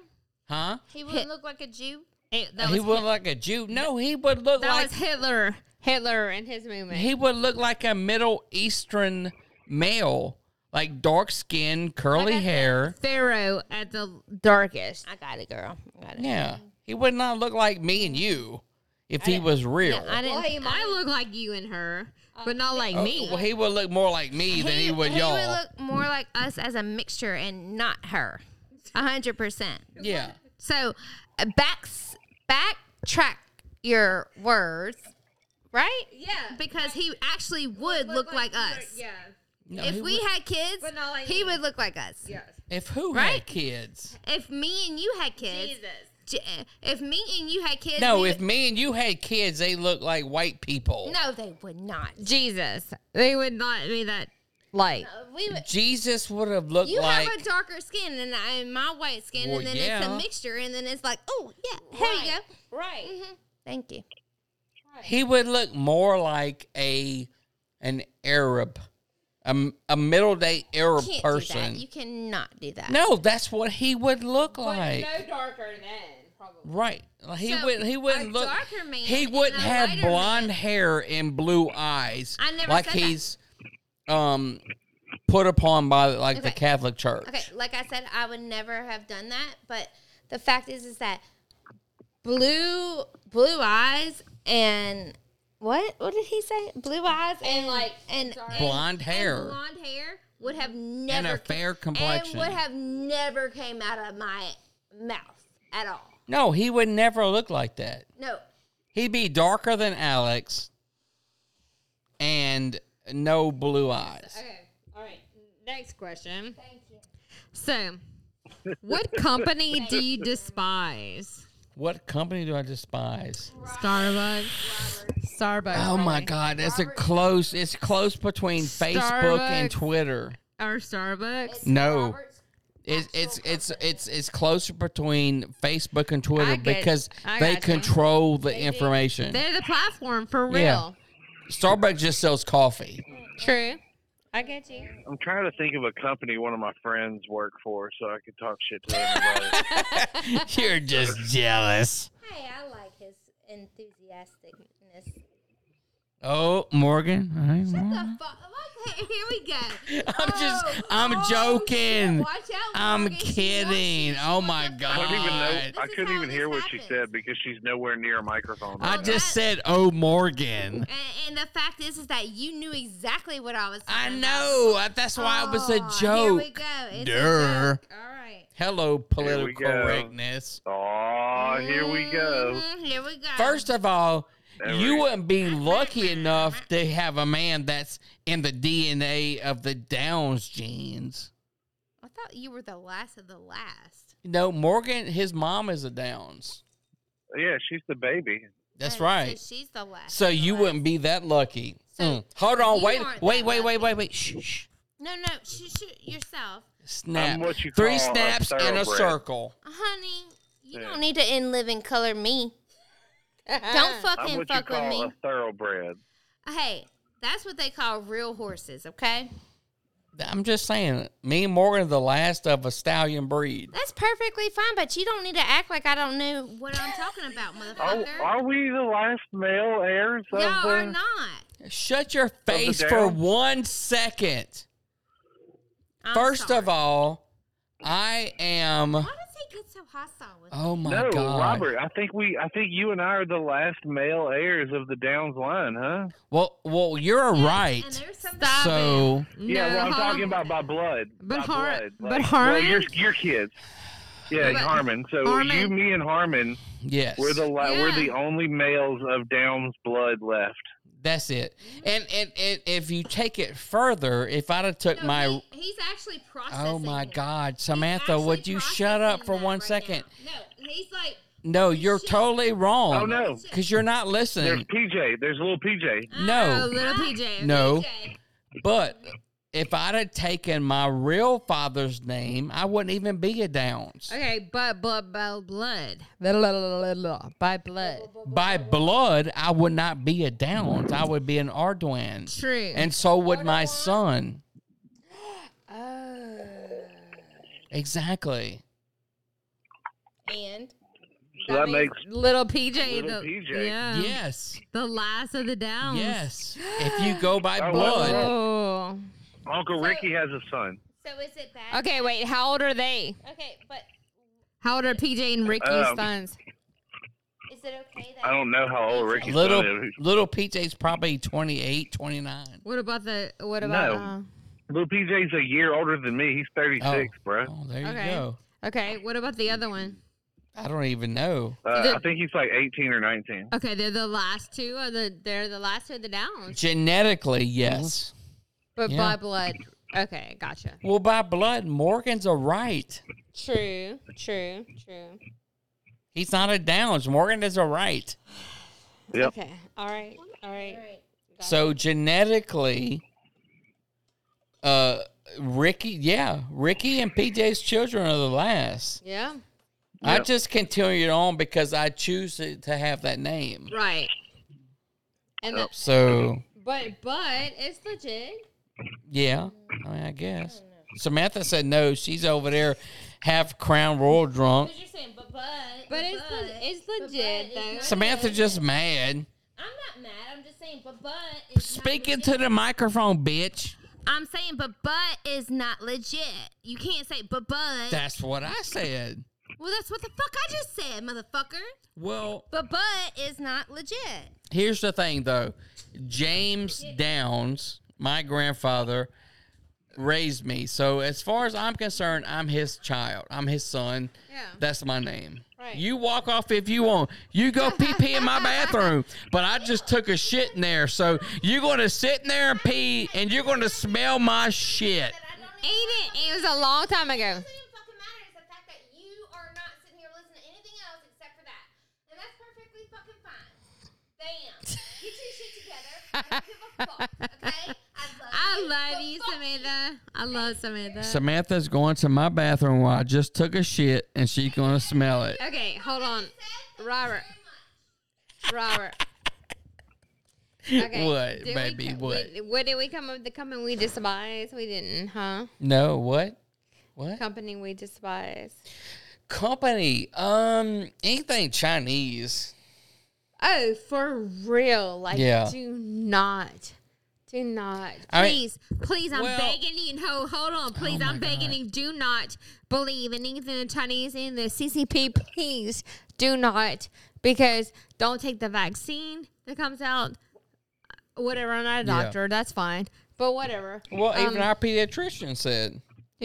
Speaker 4: Huh?
Speaker 3: He wouldn't look like a Jew.
Speaker 6: Eh, that
Speaker 4: he
Speaker 6: was
Speaker 4: would look like a Jew. No, he would look
Speaker 6: That
Speaker 4: like
Speaker 6: was Hitler. Hitler and his movement.
Speaker 4: He would look like a Middle Eastern male, like dark skin, curly hair.
Speaker 6: Pharaoh at the darkest.
Speaker 3: I got it, girl. I got it.
Speaker 4: Yeah, he would not look like me and you if he was real.
Speaker 3: Mm-hmm. I didn't.
Speaker 6: Well, he might look like you and her, but not like
Speaker 4: Oh,
Speaker 6: me.
Speaker 4: well, he would look more like me than he would
Speaker 6: Oh,
Speaker 4: y'all.
Speaker 3: look more like us as a mixture and not her. A hundred percent.
Speaker 4: yeah,
Speaker 3: So uh, back backtrack your words, right?
Speaker 6: Yeah,
Speaker 3: Because he actually would look, like, us.
Speaker 6: Yeah.
Speaker 4: No,
Speaker 3: If
Speaker 4: he
Speaker 3: we
Speaker 4: would-
Speaker 3: had kids,
Speaker 6: But not like
Speaker 3: he
Speaker 6: me.
Speaker 3: would look like us.
Speaker 6: Yes.
Speaker 4: if who had
Speaker 3: Right?
Speaker 4: kids?
Speaker 3: If me and you had kids, J- if me and you had kids,
Speaker 4: No,
Speaker 3: we
Speaker 4: if me and you had kids, they look like white people.
Speaker 3: would- no, they would not.
Speaker 6: Jesus. They would not be that light.
Speaker 3: Uh, We would.
Speaker 4: Jesus would have looked
Speaker 3: You
Speaker 4: like
Speaker 3: have a darker skin and I and my white skin,
Speaker 4: Well,
Speaker 3: and then it's
Speaker 4: yeah.
Speaker 3: a mixture, and then it's like, oh yeah, here you
Speaker 6: Right,
Speaker 3: go. Right. Thank you.
Speaker 4: he would look more like a an Arab, a, a middle day Arab
Speaker 3: Can't do
Speaker 4: person.
Speaker 3: that. You cannot do that.
Speaker 4: No, that's what he would look like.
Speaker 6: darker than probably.
Speaker 4: Right. He
Speaker 3: So,
Speaker 4: would he wouldn't
Speaker 3: a
Speaker 4: look
Speaker 3: darker man
Speaker 4: he
Speaker 3: and
Speaker 4: wouldn't
Speaker 3: a
Speaker 4: have
Speaker 3: lighter
Speaker 4: blonde hair and blue eyes.
Speaker 3: I never
Speaker 4: like
Speaker 3: said that.
Speaker 4: he's um put upon by like the
Speaker 3: Okay.
Speaker 4: Catholic Church.
Speaker 3: Okay, like I said, I would never have done that, but the fact is, is that blue blue eyes and what what did he say? Blue eyes and, like and and-
Speaker 4: Blonde hair.
Speaker 3: and blonde hair would have
Speaker 4: And
Speaker 3: never
Speaker 4: a
Speaker 3: ca-
Speaker 4: fair complexion.
Speaker 3: and would have never came out of my mouth at all.
Speaker 4: no, he would never look like that.
Speaker 3: No,
Speaker 4: He'd be darker than Alex and no blue eyes.
Speaker 6: Okay. All right. Next question. Thank you. So, what company do you despise?
Speaker 4: What company do I despise?
Speaker 6: Starbucks. Starbucks.
Speaker 4: Oh my god, that's a close it's close between Facebook and
Speaker 6: Starbucks.
Speaker 4: Twitter.
Speaker 6: Or Starbucks.
Speaker 4: No. It's it's it's it's it's closer between Facebook and Twitter
Speaker 6: I get-
Speaker 4: because
Speaker 6: I
Speaker 4: they
Speaker 6: gotcha.
Speaker 4: control the information.
Speaker 6: They're the platform for
Speaker 4: Yeah.
Speaker 6: real.
Speaker 4: Starbucks just sells coffee.
Speaker 6: True. I get you.
Speaker 5: I'm trying to think of a company one of my friends worked for so I could talk shit to them about it.
Speaker 4: You're just jealous.
Speaker 3: Hey, I like his enthusiasticness.
Speaker 4: Oh, Morgan. All right, Morgan.
Speaker 3: The fu- okay, here we go.
Speaker 4: I'm just
Speaker 3: Oh,
Speaker 4: I'm
Speaker 3: oh,
Speaker 4: joking.
Speaker 3: shit, watch out,
Speaker 4: I'm
Speaker 3: Morgan. She
Speaker 4: kidding.
Speaker 3: wants- she
Speaker 4: Oh
Speaker 3: wants
Speaker 4: my
Speaker 3: to-
Speaker 5: I don't even
Speaker 4: god.
Speaker 5: know. I
Speaker 3: This is
Speaker 5: couldn't
Speaker 3: how
Speaker 5: even
Speaker 3: this
Speaker 5: hear what she
Speaker 3: happens.
Speaker 5: said because she's nowhere near a microphone.
Speaker 4: I
Speaker 5: right
Speaker 4: just said oh Morgan.
Speaker 3: And, and the fact is, is that you knew exactly what I was.
Speaker 4: I
Speaker 3: Talking
Speaker 4: know. I- That's why it was a
Speaker 6: Oh,
Speaker 3: about. Here we
Speaker 4: joke.
Speaker 3: go. It's
Speaker 4: Durr.
Speaker 3: a joke. All right.
Speaker 4: Hello
Speaker 5: we
Speaker 4: political
Speaker 5: go.
Speaker 4: correctness.
Speaker 5: now. Oh, here we go.
Speaker 3: Mhm, here we go.
Speaker 4: First of all,
Speaker 5: There
Speaker 4: you
Speaker 5: we-
Speaker 4: wouldn't be lucky enough to have a man that's in the DNA of the Downs genes.
Speaker 3: I thought you were the last of the last.
Speaker 4: You know, Morgan, his mom is a Downs.
Speaker 5: Yeah, she's the baby.
Speaker 4: That's
Speaker 3: And so
Speaker 4: right.
Speaker 3: she's the last.
Speaker 4: So
Speaker 3: of the
Speaker 4: you
Speaker 3: last.
Speaker 4: wouldn't be that lucky.
Speaker 3: So
Speaker 4: Mm. Hold on,
Speaker 3: you
Speaker 4: wait,
Speaker 3: aren't
Speaker 4: wait,
Speaker 3: that
Speaker 4: wait, wait,
Speaker 3: lucky.
Speaker 4: wait, wait. Shh, shh.
Speaker 3: No, no, shoot, shoot yourself,
Speaker 4: Snap.
Speaker 5: I'm what you
Speaker 4: Three
Speaker 5: call a
Speaker 4: snaps in a
Speaker 5: thoroughbred.
Speaker 4: circle.
Speaker 3: Uh, honey. You
Speaker 5: Yeah.
Speaker 3: don't need to end living color me. Don't
Speaker 5: I'm
Speaker 3: fucking
Speaker 5: what you
Speaker 3: fuck with
Speaker 5: call
Speaker 3: me.
Speaker 5: a thoroughbred.
Speaker 3: Hey, that's what they call real horses. Okay,
Speaker 4: I'm just saying, me and Morgan are the last of a stallion breed.
Speaker 3: that's perfectly fine. But you don't need to act like I don't know what I'm talking about,
Speaker 5: Are,
Speaker 3: motherfucker.
Speaker 5: Oh, are we the last male heirs of
Speaker 3: Y'all
Speaker 5: the?
Speaker 3: are not.
Speaker 4: Shut your face
Speaker 5: down?
Speaker 4: for one second.
Speaker 3: I'm
Speaker 4: First
Speaker 3: sorry.
Speaker 4: of all, I am.
Speaker 3: why does he get so hostile with?
Speaker 4: Oh my
Speaker 5: no,
Speaker 4: god,
Speaker 5: Robert. I think we. I think you and I are the last male heirs of the Downs line, huh?
Speaker 4: Well, well, you're
Speaker 3: Yes, And
Speaker 4: right.
Speaker 3: there's something.
Speaker 6: Stop it.
Speaker 4: So
Speaker 5: Yeah, well, I'm
Speaker 6: Har-
Speaker 5: talking about by blood.
Speaker 6: But
Speaker 5: by
Speaker 6: Har-
Speaker 5: blood.
Speaker 6: but
Speaker 5: Well,
Speaker 6: Harmon?
Speaker 5: your your kids. Yeah,
Speaker 6: But-
Speaker 5: Harmon. So
Speaker 6: Harmon-
Speaker 5: you, me, and Harmon,
Speaker 4: yes,
Speaker 5: we're the la- we're
Speaker 3: Yeah.
Speaker 5: the only males of Down's blood left.
Speaker 4: that's it. And, and and if you take it further, if I'd have took
Speaker 3: No,
Speaker 4: my
Speaker 3: he- he's actually processing.
Speaker 4: Oh my
Speaker 3: it.
Speaker 4: God,
Speaker 3: He's
Speaker 4: Samantha,
Speaker 3: actually
Speaker 4: would you shut up for
Speaker 3: processing that
Speaker 4: one
Speaker 3: right
Speaker 4: second?
Speaker 3: now. No, he's like,
Speaker 4: No, you're
Speaker 3: Shut-
Speaker 4: totally wrong.
Speaker 5: Oh, no.
Speaker 4: because you're not
Speaker 5: There's
Speaker 4: listening.
Speaker 5: PJ. There's little PJ.
Speaker 6: Oh,
Speaker 4: No,
Speaker 6: little PJ.
Speaker 4: no.
Speaker 3: okay,
Speaker 4: But if I'd have taken my real father's name, I wouldn't even be a Downs.
Speaker 6: Okay, but blood, by blood, Blah, blah, blah, blah, blah. by blood.
Speaker 4: By blood, I would not be a Downs. I would be an Arduin,
Speaker 6: True.
Speaker 4: and so would my son. Exactly.
Speaker 3: and
Speaker 5: So that makes
Speaker 6: little PJ.
Speaker 5: Little
Speaker 6: the,
Speaker 5: PJ.
Speaker 6: Yeah.
Speaker 4: Yes.
Speaker 6: The last of the downs.
Speaker 4: Yes. If you go by
Speaker 5: Oh,
Speaker 4: blood,
Speaker 5: well,
Speaker 6: Oh.
Speaker 5: Uncle Ricky has a son.
Speaker 3: so is it bad?
Speaker 6: Okay, wait. How old are they?
Speaker 3: Okay, but
Speaker 6: How old are PJ and Ricky's
Speaker 5: Um,
Speaker 6: sons?
Speaker 3: is it okay that
Speaker 5: I don't know how old Ricky's son
Speaker 4: little
Speaker 5: is.
Speaker 4: little PJ's probably 28, 29.
Speaker 6: What about the? What about?
Speaker 5: No. Little PJ's a year older than me. He's 36, bro.
Speaker 4: Oh, there
Speaker 6: Uh,
Speaker 4: you
Speaker 6: okay.
Speaker 4: go.
Speaker 6: Okay. What about the other one?
Speaker 4: I don't even know.
Speaker 5: Uh,
Speaker 6: the-
Speaker 5: I think he's like 18 or 19.
Speaker 6: Okay, they're the last two. Or the they're the last two of the downs,
Speaker 4: Genetically, yes.
Speaker 6: but
Speaker 4: Yeah.
Speaker 6: by blood. Okay, gotcha.
Speaker 4: Well, by blood, Morgan's a right.
Speaker 6: True. True. True.
Speaker 4: He's not a downs. Morgan is a right.
Speaker 5: Yep.
Speaker 6: Okay. All right. All right.
Speaker 4: So genetically, uh, Ricky, yeah, Ricky and PJ's children are the last.
Speaker 6: Yeah.
Speaker 4: I
Speaker 5: Yep.
Speaker 4: just continued on because I choose to, to have that name.
Speaker 6: Right. And
Speaker 5: Yep.
Speaker 4: So
Speaker 6: but but it's legit.
Speaker 4: yeah, I mean, I guess Samantha said no. She's over there, half crown royal drunk.
Speaker 3: you're saying, but but
Speaker 6: But it's le- it's legit
Speaker 3: but it's
Speaker 6: though.
Speaker 4: Samantha just mad.
Speaker 3: I'm not mad. I'm just saying, but but is
Speaker 4: Speaking
Speaker 3: not legit.
Speaker 4: to the microphone, bitch.
Speaker 3: I'm saying, but but is not legit. You can't say, but but.
Speaker 4: That's what I said.
Speaker 3: well, that's what the fuck I just said, motherfucker.
Speaker 4: Well,
Speaker 3: But but is not legit.
Speaker 4: here's the thing though. James Downs, my grandfather, raised me. So as far as I'm concerned, I'm his child. I'm his son.
Speaker 6: Yeah.
Speaker 4: That's my name.
Speaker 6: Right.
Speaker 4: You walk off if you want. You go pee pee in my bathroom, but I just took a shit in there. So you're going to sit in there and pee, and you're going to smell my shit.
Speaker 3: I don't
Speaker 6: Ain't it? It was a long time ago.
Speaker 3: doesn't even fucking matter. It's the fact that you are not sitting here listening to anything else except for that. And that's perfectly fucking fine. Damn. Get your shit together. I don't give a fuck. Okay? I love
Speaker 6: I
Speaker 3: you.
Speaker 6: love
Speaker 3: but
Speaker 6: you,
Speaker 3: fuck
Speaker 6: Samantha. I love Samantha.
Speaker 4: Samantha's going to my bathroom while I just took a shit, and she's going to smell it.
Speaker 6: okay, hold on,
Speaker 3: Thank you very
Speaker 6: Robert.
Speaker 3: much.
Speaker 6: Robert. Okay.
Speaker 4: What,
Speaker 6: did we
Speaker 4: baby,
Speaker 6: co-
Speaker 4: what?
Speaker 6: we- what did we come up with the company we despise? We didn't, huh?
Speaker 4: No, what? What?
Speaker 6: Company we despise.
Speaker 4: Company. Um, anything Chinese.
Speaker 6: Oh, for real. Like,
Speaker 4: Yeah.
Speaker 6: do not. Do not.
Speaker 4: I mean-
Speaker 6: Please, please, I'm
Speaker 4: Well- oh
Speaker 6: begging you. No, hold on. Please, I'm begging you. Do not believe in anything the Chinese in the CCP. Please do not. Because don't take the vaccine that comes out. Whatever. I'm not a
Speaker 4: Yeah.
Speaker 6: doctor. That's fine. But whatever.
Speaker 4: Well, even
Speaker 6: Um,
Speaker 4: our pediatrician said,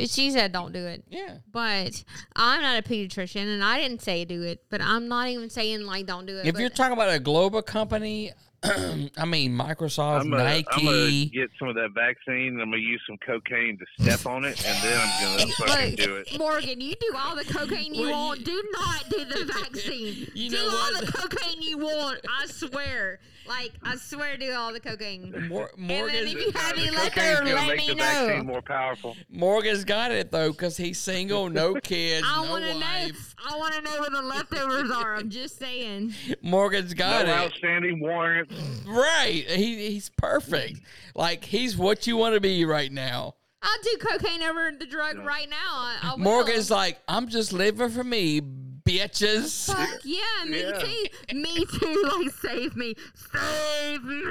Speaker 6: she said don't do it.
Speaker 4: yeah.
Speaker 6: But I'm not a pediatrician and I didn't say do it. But I'm not even saying, like, don't do it.
Speaker 4: If
Speaker 6: but-
Speaker 4: you're talking about a global company, I mean, Microsoft,
Speaker 5: I'm gonna,
Speaker 4: Nike.
Speaker 5: I'm gonna get some of that vaccine. and I'm gonna use some cocaine to step on it, and then I'm gonna fucking do it.
Speaker 6: Morgan, you do all the cocaine you
Speaker 4: Well, you-
Speaker 6: want. Do not do the vaccine.
Speaker 4: You
Speaker 6: do
Speaker 4: know
Speaker 6: all
Speaker 4: what?
Speaker 6: the cocaine you want. I swear. Like, I swear, do all the cocaine.
Speaker 4: Mor-
Speaker 6: and then if you
Speaker 4: Morgan,
Speaker 6: have any
Speaker 5: The
Speaker 6: left
Speaker 5: cocaine's
Speaker 6: over,
Speaker 5: gonna
Speaker 6: let
Speaker 5: make
Speaker 6: me
Speaker 5: the
Speaker 6: know.
Speaker 5: vaccine more powerful.
Speaker 4: Morgan's got it though, cause he's single, no kids,
Speaker 6: I
Speaker 4: no
Speaker 6: want to know.
Speaker 4: wife.
Speaker 6: I want to know where the leftovers are. I'm just saying.
Speaker 4: Morgan's
Speaker 5: No
Speaker 4: got it.
Speaker 5: outstanding warrants. Oh
Speaker 4: Right. He, he's perfect. Like he's what you want to be right now.
Speaker 6: I'll do cocaine over the drug right now. I, I will.
Speaker 4: Morgan's like, I'm just living for me, bitches.
Speaker 6: Fuck yeah, me
Speaker 5: Yeah.
Speaker 6: too. Me too. Like, save me. Save me.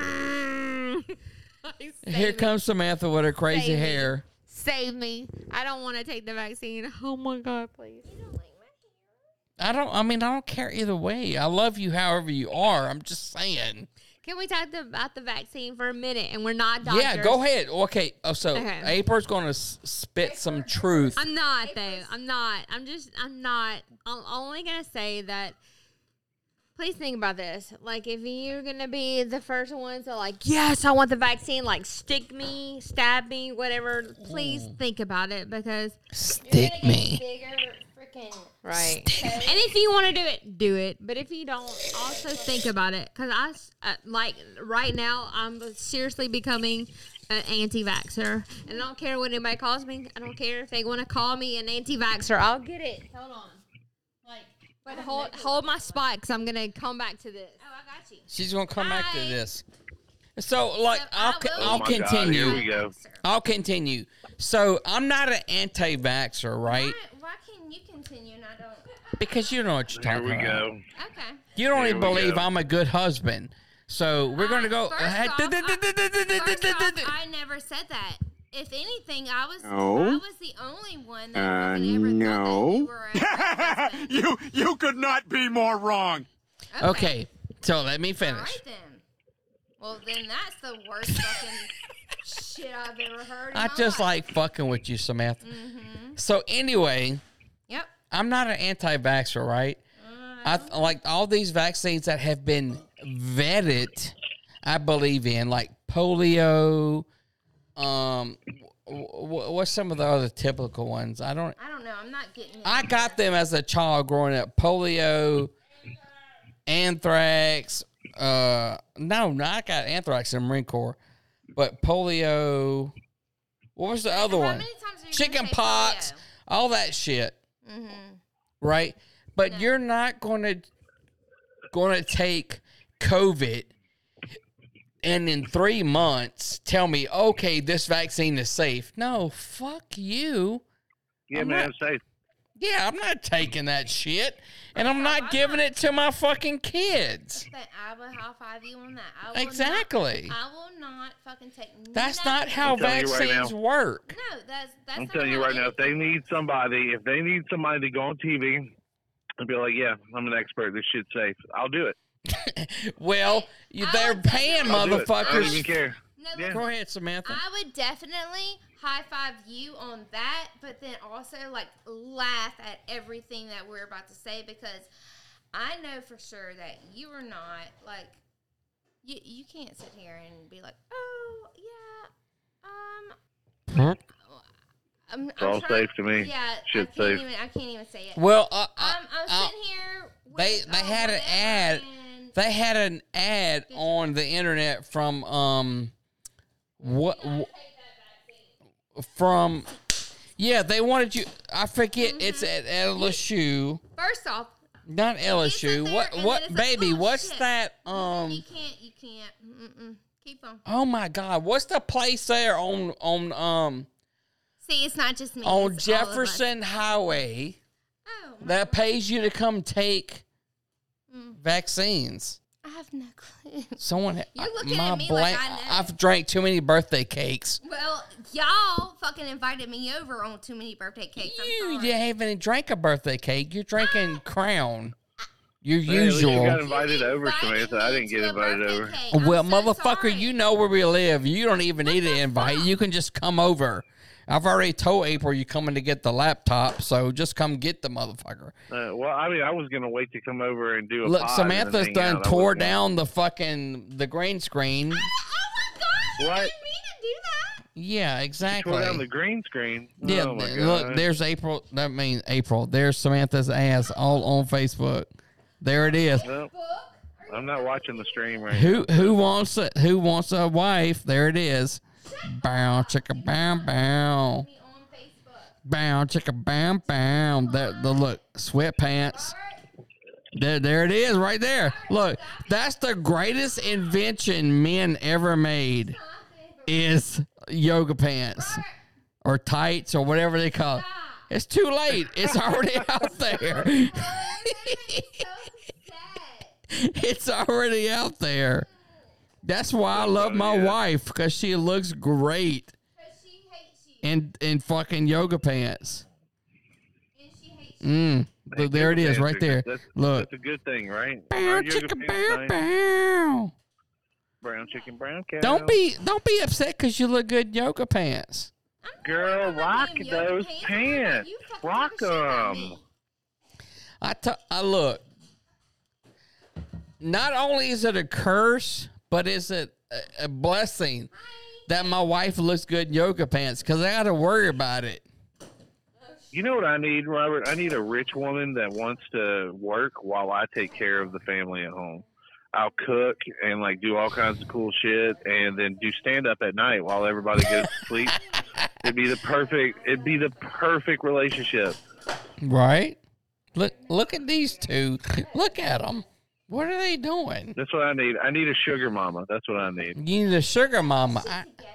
Speaker 6: Like, save
Speaker 4: Here
Speaker 6: me.
Speaker 4: comes Samantha with her crazy
Speaker 6: Baby.
Speaker 4: hair.
Speaker 6: Save me. I don't want to take the vaccine. Oh my God, please.
Speaker 4: I don't. I mean, I don't care either way. I love you, however you are. I'm just saying.
Speaker 6: Can we talk about the vaccine for a minute? And we're not doctors.
Speaker 4: Yeah, go ahead. Okay. Oh, so
Speaker 6: Okay.
Speaker 4: April's gonna s- spit some truth.
Speaker 6: I'm not though. I'm not. I'm just. I'm not. I'm only gonna say that. Please think about this. Like, if you're gonna be the first ones to like, yes, I want the vaccine. Like, stick me, stab me, whatever. Please
Speaker 4: Mm.
Speaker 6: think about it because
Speaker 4: Stick me.
Speaker 3: Bigger freaking.
Speaker 6: right. and if you want to do it, do it. But if you don't, also think about it because I s- uh, like right now I'm seriously becoming. An anti-vaxer, and I don't care what anybody calls me. I don't care if they want to call me an anti-vaxer. I'll get it.
Speaker 3: Hold on. Like,
Speaker 6: But hold, hold my spot because I'm gonna come back to this. Oh, I got you.
Speaker 4: She's gonna come back to
Speaker 6: Bye.
Speaker 4: this. So, like,
Speaker 6: So
Speaker 4: I'll
Speaker 6: I
Speaker 4: co-
Speaker 6: will-
Speaker 4: I'll
Speaker 5: my
Speaker 6: Oh
Speaker 5: God,
Speaker 4: continue.
Speaker 5: here we go.
Speaker 4: I'll continue. So I'm not an anti-vaxxer, right?
Speaker 3: why, why can you continue and I don't?
Speaker 4: Because you know what you're
Speaker 5: Here
Speaker 4: talking
Speaker 5: we
Speaker 4: about.
Speaker 5: go.
Speaker 3: Okay.
Speaker 4: You don't
Speaker 5: Here
Speaker 4: even
Speaker 5: we
Speaker 4: believe
Speaker 5: go.
Speaker 4: I'm a good husband. So we're gonna go.
Speaker 3: First off,
Speaker 6: uh,
Speaker 3: First off, I never said that. If anything, I was I was the only one that fucking ever thought that you were a husband.
Speaker 1: you you could not be more wrong.
Speaker 4: Okay, so let me
Speaker 3: All
Speaker 4: finish.
Speaker 3: right then. Well, then that's the worst fucking shit I've ever heard. in
Speaker 4: I
Speaker 3: my
Speaker 4: just
Speaker 3: life.
Speaker 4: like fucking with you, Samantha. So anyway,
Speaker 3: Yep.
Speaker 4: I'm not an anti-vaxxer, right? I th- like all these vaccines that have been vetted. I believe in like polio. Um, w- w- what's some of the other typical ones? I don't.
Speaker 3: I don't know. I'm not getting.
Speaker 4: I got them as a child growing up. Polio, anthrax. Uh, no, no, I got anthrax in the Marine Corps, but polio. What was the other
Speaker 3: How
Speaker 4: one?
Speaker 3: many times are you
Speaker 4: Chicken
Speaker 3: gonna say
Speaker 4: pox,
Speaker 3: polio? Mm-hmm.
Speaker 4: all that shit. Right, but you're not gonna gonna take COVID. And in three months, tell me, okay, this vaccine is safe. No, fuck you.
Speaker 5: Yeah,
Speaker 4: I'm
Speaker 5: man,
Speaker 4: not-
Speaker 5: safe.
Speaker 4: Yeah, I'm not taking that shit. And I'm not giving it to my fucking kids.
Speaker 3: That I will high five you on that. I will not-
Speaker 4: Exactly.
Speaker 3: I will not fucking take.
Speaker 4: That's
Speaker 3: nothing.
Speaker 4: not how
Speaker 5: I'm telling you right
Speaker 4: vaccines
Speaker 5: now.
Speaker 4: work.
Speaker 3: No, that's that's.
Speaker 5: I'm
Speaker 3: not
Speaker 5: telling you
Speaker 3: how
Speaker 5: right now, if they
Speaker 3: anything-
Speaker 5: need somebody, if they need somebody to go on TV and be like, "Yeah, I'm an expert. This shit's safe. I'll do it.
Speaker 4: Well, you,
Speaker 3: I
Speaker 4: they're
Speaker 3: would say
Speaker 4: paying
Speaker 5: I'll do it. I don't even
Speaker 4: motherfuckers.
Speaker 5: care."
Speaker 3: No,
Speaker 5: Yeah.
Speaker 3: listen,
Speaker 4: Go ahead, Samantha.
Speaker 3: I would definitely high five you on that, but then also like laugh at everything that we're about to say because I know for sure that you are not like you. You can't sit here and be like, oh yeah, um. I'm, it's
Speaker 5: all safe to me.
Speaker 3: Yeah, I can't
Speaker 5: Shit's safe.
Speaker 3: even. I can't even say it. Um,
Speaker 4: Well, uh, uh,
Speaker 3: I'm, I'm
Speaker 4: uh,
Speaker 3: sitting here. With,
Speaker 4: they they
Speaker 3: oh,
Speaker 4: had an
Speaker 3: whatever,
Speaker 4: ad.
Speaker 3: and-
Speaker 4: They had an ad on the internet from um what wh- from yeah they wanted you. I forget. It's at LSU.
Speaker 3: First off,
Speaker 4: Not LSU.
Speaker 3: there
Speaker 4: What?
Speaker 3: and
Speaker 4: What,
Speaker 3: it's like,
Speaker 4: baby?
Speaker 3: oh,
Speaker 4: what's
Speaker 3: shit.
Speaker 4: that?
Speaker 3: you
Speaker 4: Um.
Speaker 3: can't. You can't. Mm-mm. Keep on.
Speaker 4: Oh my God! What's the place there on on um
Speaker 3: See, it's not just me. it's all
Speaker 4: on
Speaker 3: of us.
Speaker 4: Oh, Jefferson Highway
Speaker 3: Oh, my
Speaker 4: that pays you to come take
Speaker 3: Mm.
Speaker 4: vaccines?
Speaker 3: I have no clue.
Speaker 4: Someone.
Speaker 3: You're looking
Speaker 4: my
Speaker 3: at me like
Speaker 4: blank-
Speaker 3: I know.
Speaker 4: I've drank too many birthday cakes.
Speaker 3: Well, y'all fucking invited me over on too many birthday cakes. I'm
Speaker 4: You
Speaker 3: sorry. Ah!
Speaker 4: didn't even drink a birthday cake. You're drinking Crown. Your
Speaker 5: Hey, at least you
Speaker 4: usual.
Speaker 5: got invited over,
Speaker 3: Invited
Speaker 5: Samantha. I
Speaker 3: me
Speaker 5: didn't
Speaker 3: to
Speaker 5: get
Speaker 3: a
Speaker 5: invited
Speaker 3: birthday
Speaker 5: over.
Speaker 3: cake. I'm
Speaker 4: Well,
Speaker 3: so
Speaker 4: motherfucker,
Speaker 3: sorry.
Speaker 4: you know where we live. You don't even need an invite. You can just come over. I've already told April you're coming to get the laptop, so just come get the motherfucker.
Speaker 5: Uh, well, I mean, I was gonna wait to come over and do a
Speaker 4: Look,
Speaker 5: pod and then
Speaker 4: Samantha's
Speaker 5: hang
Speaker 4: done
Speaker 5: out. I
Speaker 4: tore
Speaker 5: wasn't-
Speaker 4: down the fucking the green screen.
Speaker 3: my god!
Speaker 5: What?
Speaker 3: I didn't mean to do that.
Speaker 4: Yeah, exactly.
Speaker 5: Tore down the green screen.
Speaker 4: Yeah,
Speaker 5: oh my
Speaker 4: th- look,
Speaker 5: God.
Speaker 4: there's April. I mean, April. There's Samantha's ass all on Facebook. There it is.
Speaker 5: Well,
Speaker 3: Book?
Speaker 5: I'm not watching the stream right now.
Speaker 4: Who who wants it? Who wants a wife? There it is. Bow chicka bow bow
Speaker 3: Me on Facebook.
Speaker 4: bow chicka bow bow. That the look sweatpants. There, there it is, right there. Look, that's the greatest invention men ever made. Is yoga pants or tights or whatever they call it. It's too late. It's already out there. It's already out there. That's why I love my wife because she looks great
Speaker 3: She hates you,
Speaker 4: in in fucking yoga pants.
Speaker 3: and she hates you.
Speaker 4: Mm. Look, there it is, right there.
Speaker 5: That's,
Speaker 4: Look.
Speaker 5: that's a good thing, right?
Speaker 4: Bow,
Speaker 5: Our yoga
Speaker 4: chicka,
Speaker 5: pants
Speaker 4: bow,
Speaker 5: nice.
Speaker 4: bow.
Speaker 5: Brown chicken, brown cow.
Speaker 4: Don't be don't be upset because you look good in yoga pants.
Speaker 5: Girl, rock
Speaker 3: Damn, yoga
Speaker 5: those
Speaker 3: pants.
Speaker 5: pants.
Speaker 3: You fucking
Speaker 5: Rock
Speaker 3: give a shit about
Speaker 5: them.
Speaker 3: me.
Speaker 4: I t- I look. Not only is it a curse, but is it a, a blessing that my wife looks good in yoga pants because I got to worry about it.
Speaker 5: You know what I need, Robert? I need a rich woman that wants to work while I take care of the family at home. I'll cook and like do all kinds of cool shit, and then do stand up at night while everybody goes to sleep. It'd be the perfect. It'd be the perfect relationship.
Speaker 4: Right? Look look at these two. Look at them. What are they doing?
Speaker 5: That's what I need. I need a sugar mama. That's what I need.
Speaker 4: You need a sugar mama. I,
Speaker 3: Together.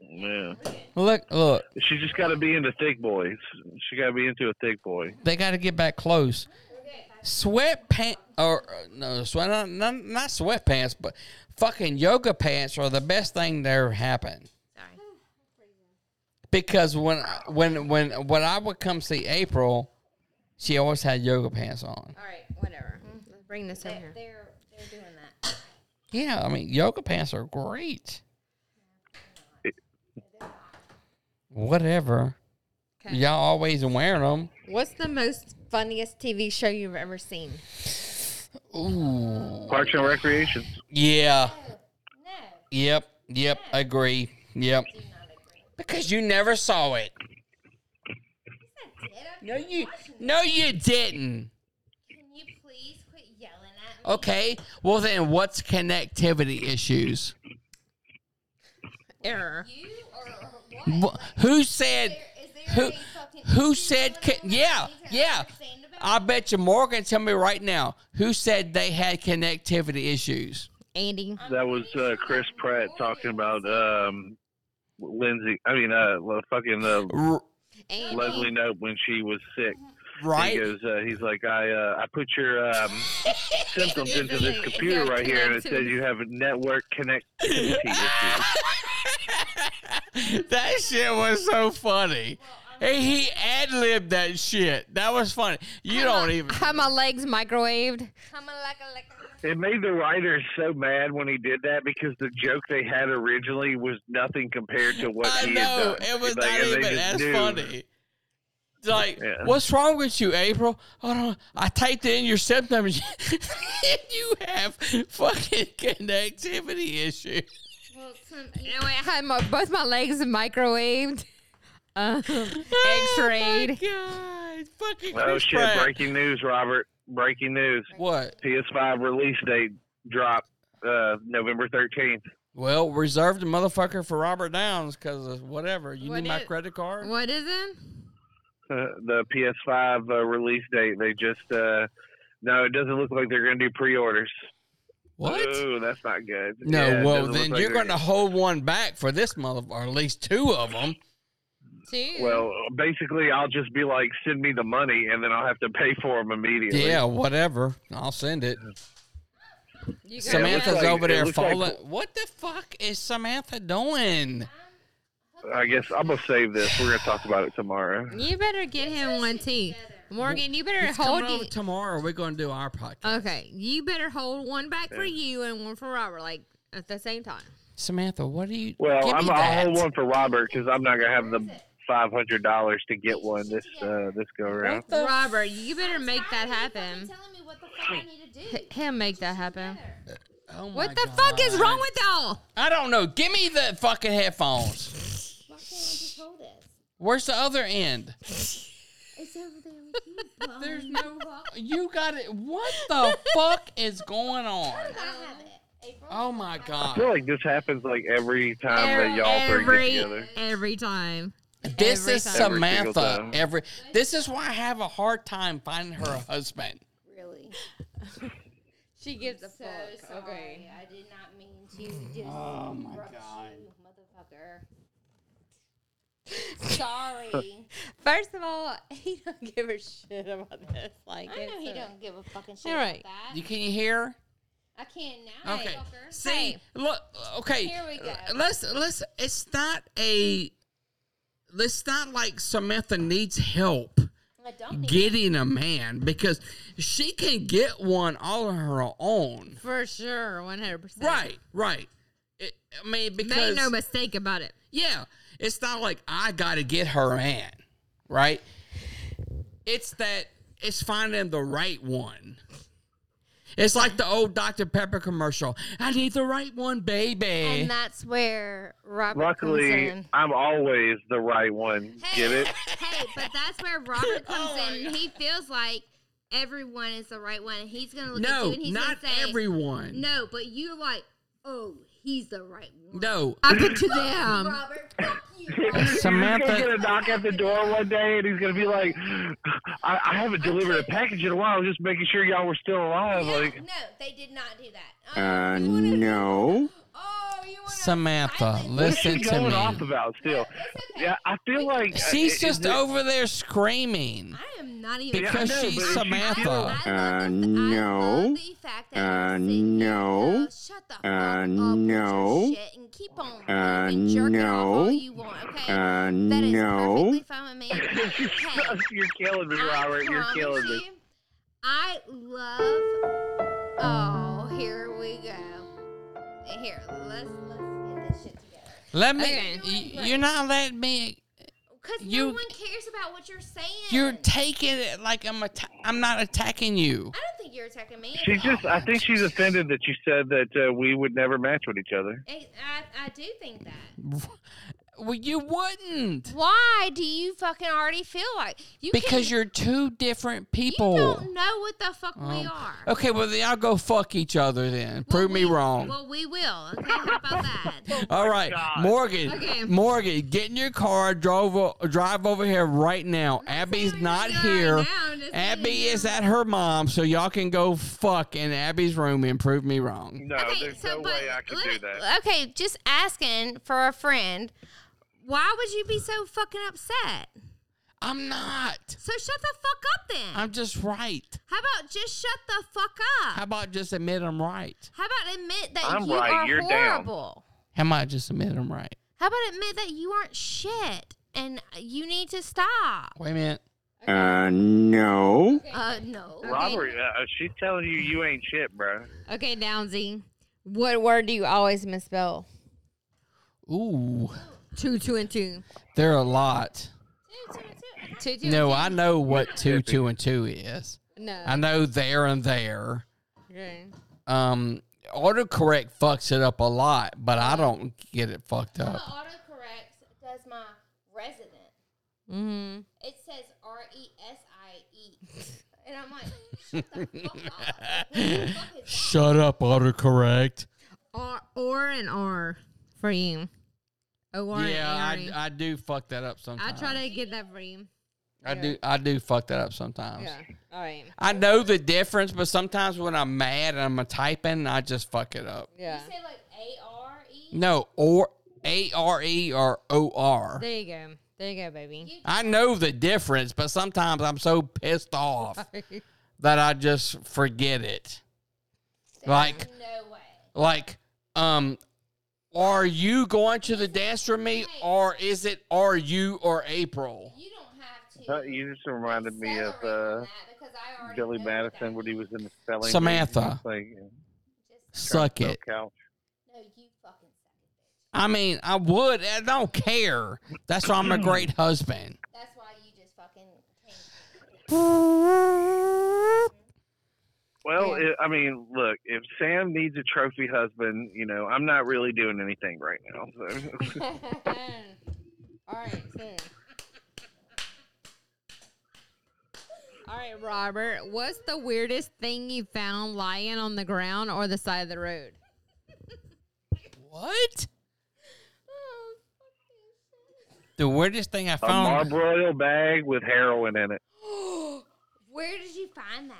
Speaker 5: Yeah.
Speaker 4: look look.
Speaker 5: She just got to be into thick boys. She got to be into a thick boy.
Speaker 4: They got to get back close. Sweatpants or uh, no sweat not, not not sweatpants, but fucking yoga pants are the best thing that ever happened. Because when when when when I would come see April, she always had yoga pants on.
Speaker 6: All right, whatever.
Speaker 3: Mm.
Speaker 6: Let's bring this in here.
Speaker 3: They're they're doing that.
Speaker 4: Yeah, I mean yoga pants are great. Whatever.
Speaker 6: Okay.
Speaker 4: Y'all always wearing them.
Speaker 6: What's the most funniest TV show you've ever seen?
Speaker 4: Ooh.
Speaker 5: Parks and Recreations.
Speaker 4: Yeah.
Speaker 3: No,
Speaker 4: Yep. Yep. Agree. Yep. Because you never saw it.
Speaker 3: did I?
Speaker 4: No, you. No, you didn't.
Speaker 3: Can you please quit yelling at me?
Speaker 4: Okay. Well, then, what's connectivity issues?
Speaker 6: Error.
Speaker 3: You or, or what?
Speaker 4: Wh- Who said?
Speaker 3: Is there
Speaker 4: Who?
Speaker 3: a fucking
Speaker 4: Who
Speaker 3: issue
Speaker 4: said?
Speaker 3: going
Speaker 4: Con-
Speaker 3: on
Speaker 4: yeah.
Speaker 3: that I need to
Speaker 4: Oh, Yeah.
Speaker 3: understand about?
Speaker 4: I bet you Morgan. Tell me right now. Who said they had connectivity issues?
Speaker 6: Andy.
Speaker 5: That was uh, Chris Pratt talking about um, Lindsay. I mean, uh, well, fucking uh,
Speaker 4: R-
Speaker 6: Andy.
Speaker 5: Leslie Nope when she was sick. He
Speaker 4: right.
Speaker 5: goes, uh, he's like, I, uh, I put your um, symptoms into this computer right here, and it says you have a network connectivity issue.
Speaker 4: that shit was so funny. And he ad libbed that shit. That was funny. You don't even.
Speaker 6: How my legs microwaved.
Speaker 3: Come on, like a like.
Speaker 5: It made the writers so mad when he did that because the joke they had originally was nothing compared to what
Speaker 4: I
Speaker 5: he
Speaker 4: know
Speaker 5: had done.
Speaker 4: it was not
Speaker 5: Like, and they
Speaker 4: even
Speaker 5: just
Speaker 4: as
Speaker 5: knew.
Speaker 4: funny. It's Like,
Speaker 5: Yeah.
Speaker 4: what's wrong with you, April? I don't. I typed in your symptoms, and you have fucking connectivity issue.
Speaker 3: Well, some
Speaker 6: Anyway, I had my, both my legs microwaved. Um, X-rayed.
Speaker 4: Oh my Oh God, fucking
Speaker 5: Oh
Speaker 4: Chris
Speaker 5: shit!
Speaker 4: Pratt.
Speaker 5: Breaking news, Robert. Breaking news.
Speaker 4: What?
Speaker 5: PS5 release date drop uh, November 13th.
Speaker 4: Well, reserved a motherfucker for Robert Downs because of whatever. You
Speaker 6: What
Speaker 4: need my
Speaker 6: is-
Speaker 4: credit card.
Speaker 6: What is it?
Speaker 5: Uh, the PS5 uh, release date. They just uh, no, it doesn't look like they're going to do pre-orders.
Speaker 4: What?
Speaker 5: Ooh, that's not good.
Speaker 4: No,
Speaker 5: Uh, Yeah, it
Speaker 4: well
Speaker 5: doesn't look
Speaker 4: then
Speaker 5: like
Speaker 4: you're
Speaker 5: they're-
Speaker 4: going to hold one back for this motherfucker, or at least two of them.
Speaker 6: Two.
Speaker 5: Well, basically, I'll just be like, send me the money, and then I'll have to pay for them immediately.
Speaker 4: Yeah, whatever. I'll send it.
Speaker 6: you got
Speaker 4: Samantha's
Speaker 5: like-
Speaker 4: over
Speaker 5: it
Speaker 4: there
Speaker 5: looks like-
Speaker 4: falling. what the fuck is Samantha doing?
Speaker 5: I guess I'm gonna save this. We're gonna talk about it tomorrow.
Speaker 6: You better get him one too. Morgan, you better
Speaker 4: It's
Speaker 6: hold
Speaker 4: coming over
Speaker 6: you.
Speaker 4: tomorrow. We're going to do our podcast.
Speaker 6: Okay, you better hold one back for you and one for Robert, like at the same time.
Speaker 4: Samantha, what are you?
Speaker 5: Well,
Speaker 4: give me
Speaker 5: I'm,
Speaker 4: that.
Speaker 5: I'll hold one for Robert because I'm not gonna have the five hundred dollars to get one this uh, this go around.
Speaker 4: What the
Speaker 6: Robert, you better make that
Speaker 3: Tired of you
Speaker 6: happen.
Speaker 3: fucking Telling me what the fuck I need to do.
Speaker 6: H- He'll make that happen.
Speaker 4: Oh my
Speaker 6: What the fuck is
Speaker 4: God.
Speaker 6: wrong with y'all?
Speaker 4: I don't know. Give me the fucking headphones.
Speaker 3: Why can't I just hold this?
Speaker 4: Where's the other end?
Speaker 3: It's over there with you. Well,
Speaker 4: There's
Speaker 3: you
Speaker 4: no-
Speaker 3: fuck-
Speaker 4: You got it. What the fuck is going on?
Speaker 3: I have it. April.
Speaker 4: Oh my
Speaker 5: I feel
Speaker 4: god.
Speaker 5: like this happens like every time that y'all three
Speaker 6: Every
Speaker 5: get together.
Speaker 6: every time.
Speaker 4: This
Speaker 6: Every
Speaker 4: is
Speaker 6: time.
Speaker 5: Every single
Speaker 4: Samantha.
Speaker 5: time.
Speaker 4: Every this is why I have a hard time finding her a husband.
Speaker 3: Really?
Speaker 6: She gives a
Speaker 3: So sorry. I did not mean to. Just
Speaker 4: Oh my
Speaker 3: interrupt
Speaker 4: God.
Speaker 3: you, motherfucker. sorry.
Speaker 6: First of all, he don't give a shit about this. Like,
Speaker 3: I know he
Speaker 6: it's a-
Speaker 3: don't give a fucking shit
Speaker 6: All right.
Speaker 3: about that.
Speaker 4: You can you hear?
Speaker 3: I can't now.
Speaker 4: Okay.
Speaker 3: fucker.
Speaker 4: See,
Speaker 6: Hey.
Speaker 4: look. Okay. Uh,
Speaker 3: Here we go.
Speaker 4: Let's let's. It's not a. It's not like Samantha needs help
Speaker 3: I don't need
Speaker 4: getting a man because she can get one all on her own.
Speaker 6: for sure, one hundred percent.
Speaker 4: Right. Right. It, I mean, because
Speaker 6: Make no mistake about it.
Speaker 4: Yeah, it's not like I got to get her man, right? It's that it's finding the right one. It's like the old Dr. Pepper commercial. I need the right one, baby.
Speaker 3: And that's where Robert comes
Speaker 5: Luckily,
Speaker 3: in.
Speaker 5: I'm always the right one. Get it?
Speaker 3: Hey, but that's where Robert comes
Speaker 4: Oh
Speaker 3: in. He feels like everyone is the right one. and He's gonna look at you
Speaker 4: no,
Speaker 3: and he's
Speaker 4: not
Speaker 3: gonna say,
Speaker 4: everyone. No.
Speaker 3: "No," but you're like, "Oh, he's the right one."
Speaker 6: Up to
Speaker 4: Um,
Speaker 6: them.
Speaker 3: Robert, fuck you. Robert.
Speaker 4: Samantha-
Speaker 5: He's gonna get a knock at the door one day, and he's gonna be like, "I, I haven't delivered a package in a while. Just making sure y'all were still alive."
Speaker 3: No,
Speaker 5: Like,
Speaker 3: no, they did not do that. Uh, no. Oh, you wanna
Speaker 4: Samantha,
Speaker 3: silence-
Speaker 5: what's she
Speaker 4: listen to
Speaker 5: going off
Speaker 4: me.
Speaker 5: about still?
Speaker 3: It's okay.
Speaker 5: Yeah, I feel like uh,
Speaker 4: She's
Speaker 5: is
Speaker 4: just
Speaker 5: it-
Speaker 4: over there screaming
Speaker 3: I am not even.
Speaker 5: Yeah, I
Speaker 4: because
Speaker 5: know, but
Speaker 4: she's
Speaker 5: if she
Speaker 4: Samantha.
Speaker 3: Uh, no. Uh, no. Shut the fuck up no. Shit and keep on uh, no. All you want, okay? Uh, that is
Speaker 8: no.
Speaker 3: perfectly fine with me. Hey,
Speaker 5: You're killing me,
Speaker 3: I
Speaker 5: Robert. You're
Speaker 3: promise
Speaker 5: killing me.
Speaker 3: you, I love. Oh, here we go. Here, let's let's get this shit together.
Speaker 4: Let me.
Speaker 6: Okay.
Speaker 4: y- You're not letting me.
Speaker 3: Cause
Speaker 4: You-
Speaker 3: no one cares about what you're saying.
Speaker 4: You're taking it like I'm. Atta- I'm not attacking you.
Speaker 3: I don't think you're attacking me.
Speaker 5: She's just. I think she's offended that you said that uh, we would never match with each other.
Speaker 3: I, I, I do think that.
Speaker 4: Well, you wouldn't.
Speaker 3: Why do you fucking already feel like you?
Speaker 4: Because
Speaker 3: can't-
Speaker 4: you're two different
Speaker 3: You
Speaker 4: people.
Speaker 3: don't know what the fuck we are.
Speaker 4: Okay, well then I'll go fuck each other then.
Speaker 3: Well,
Speaker 4: Prove me
Speaker 3: we-
Speaker 4: wrong.
Speaker 3: Well, we will. Okay, how about that?
Speaker 4: All right, Morgan.
Speaker 6: Okay.
Speaker 4: Morgan, get in your car. Drive o- drive over here right now. Abby's
Speaker 6: saying
Speaker 4: not
Speaker 6: I'm gonna go right
Speaker 4: here.
Speaker 6: now, I'm just
Speaker 4: Abby
Speaker 6: saying-
Speaker 4: is at her mom, so y'all can go fuck in Abby's room and prove me wrong.
Speaker 5: No,
Speaker 3: okay,
Speaker 5: there's
Speaker 3: so
Speaker 5: no
Speaker 3: but
Speaker 5: way I could
Speaker 3: let
Speaker 5: do
Speaker 3: me-
Speaker 5: that.
Speaker 3: Okay, just asking for a friend. Why would you be so fucking upset?
Speaker 4: I'm not.
Speaker 3: So shut the fuck up then.
Speaker 4: I'm just right.
Speaker 3: how about just shut the fuck
Speaker 4: How
Speaker 3: up?
Speaker 4: about just admit I'm right?
Speaker 3: How about admit that
Speaker 5: I'm
Speaker 3: you
Speaker 5: right,
Speaker 3: are
Speaker 5: you're down.
Speaker 3: horrible?
Speaker 4: How about just admit I'm right?
Speaker 3: How about admit that you aren't shit and you need to stop?
Speaker 4: Wait a minute.
Speaker 8: Uh, no.
Speaker 3: Uh, no.
Speaker 5: Robert, uh, she's telling you you ain't shit, bro.
Speaker 6: Okay, Downsy. What word do you always misspell?
Speaker 4: Ooh,
Speaker 6: Two, two, and two.
Speaker 4: there are a lot.
Speaker 6: Two, two.
Speaker 4: No, I know what two, two, and two is.
Speaker 6: No.
Speaker 4: I know there and there.
Speaker 6: Okay.
Speaker 4: Um, autocorrect fucks it up a lot, but I don't get it fucked up.
Speaker 3: autocorrect does my resident.
Speaker 6: Mm-hmm.
Speaker 3: It says R E S I E. And I'm like, shut the fuck up. What the fuck is that?
Speaker 4: Shut up, autocorrect.
Speaker 6: R or an R for you. O R
Speaker 4: Yeah,
Speaker 6: and
Speaker 4: I,
Speaker 6: A R.
Speaker 4: I do fuck that up
Speaker 6: I,
Speaker 4: sometimes.
Speaker 6: try to get that for you.
Speaker 4: I do. I do fuck that up sometimes.
Speaker 6: All right.
Speaker 4: I know the difference, but sometimes when I'm mad and I'm typing, I just fuck it up.
Speaker 6: Yeah.
Speaker 3: You say like A R E?
Speaker 4: No, or A R E or O R.
Speaker 6: There you go. There you go, baby.
Speaker 4: I know the difference, but sometimes I'm so pissed off that I just forget it. Like,
Speaker 3: No way.
Speaker 4: like, um, are you going to the dance with me, or is it are you or April?
Speaker 3: You don't have to.
Speaker 5: Uh, You just reminded me of
Speaker 3: accelerate on
Speaker 5: uh,
Speaker 3: that because I already
Speaker 5: Billy
Speaker 3: know
Speaker 5: Madison
Speaker 3: that.
Speaker 5: when he was in the spelling. bee.
Speaker 4: Samantha.
Speaker 5: Like, uh,
Speaker 4: Suck
Speaker 5: no
Speaker 4: it.
Speaker 5: count.
Speaker 3: No, you fucking suck.
Speaker 4: I mean, I would. I don't care. That's why I'm a great husband.
Speaker 3: That's why you just fucking can't.
Speaker 5: Well, i I mean, look, if Sam needs a trophy husband, you know, I'm not really doing anything right now. So.
Speaker 6: All right, so. All right, Robert. What's the weirdest thing you found lying on the ground or the side of the road?
Speaker 4: What? The weirdest thing I
Speaker 5: a
Speaker 4: found.
Speaker 5: Marlboro bag with heroin in it.
Speaker 3: Where did you find that?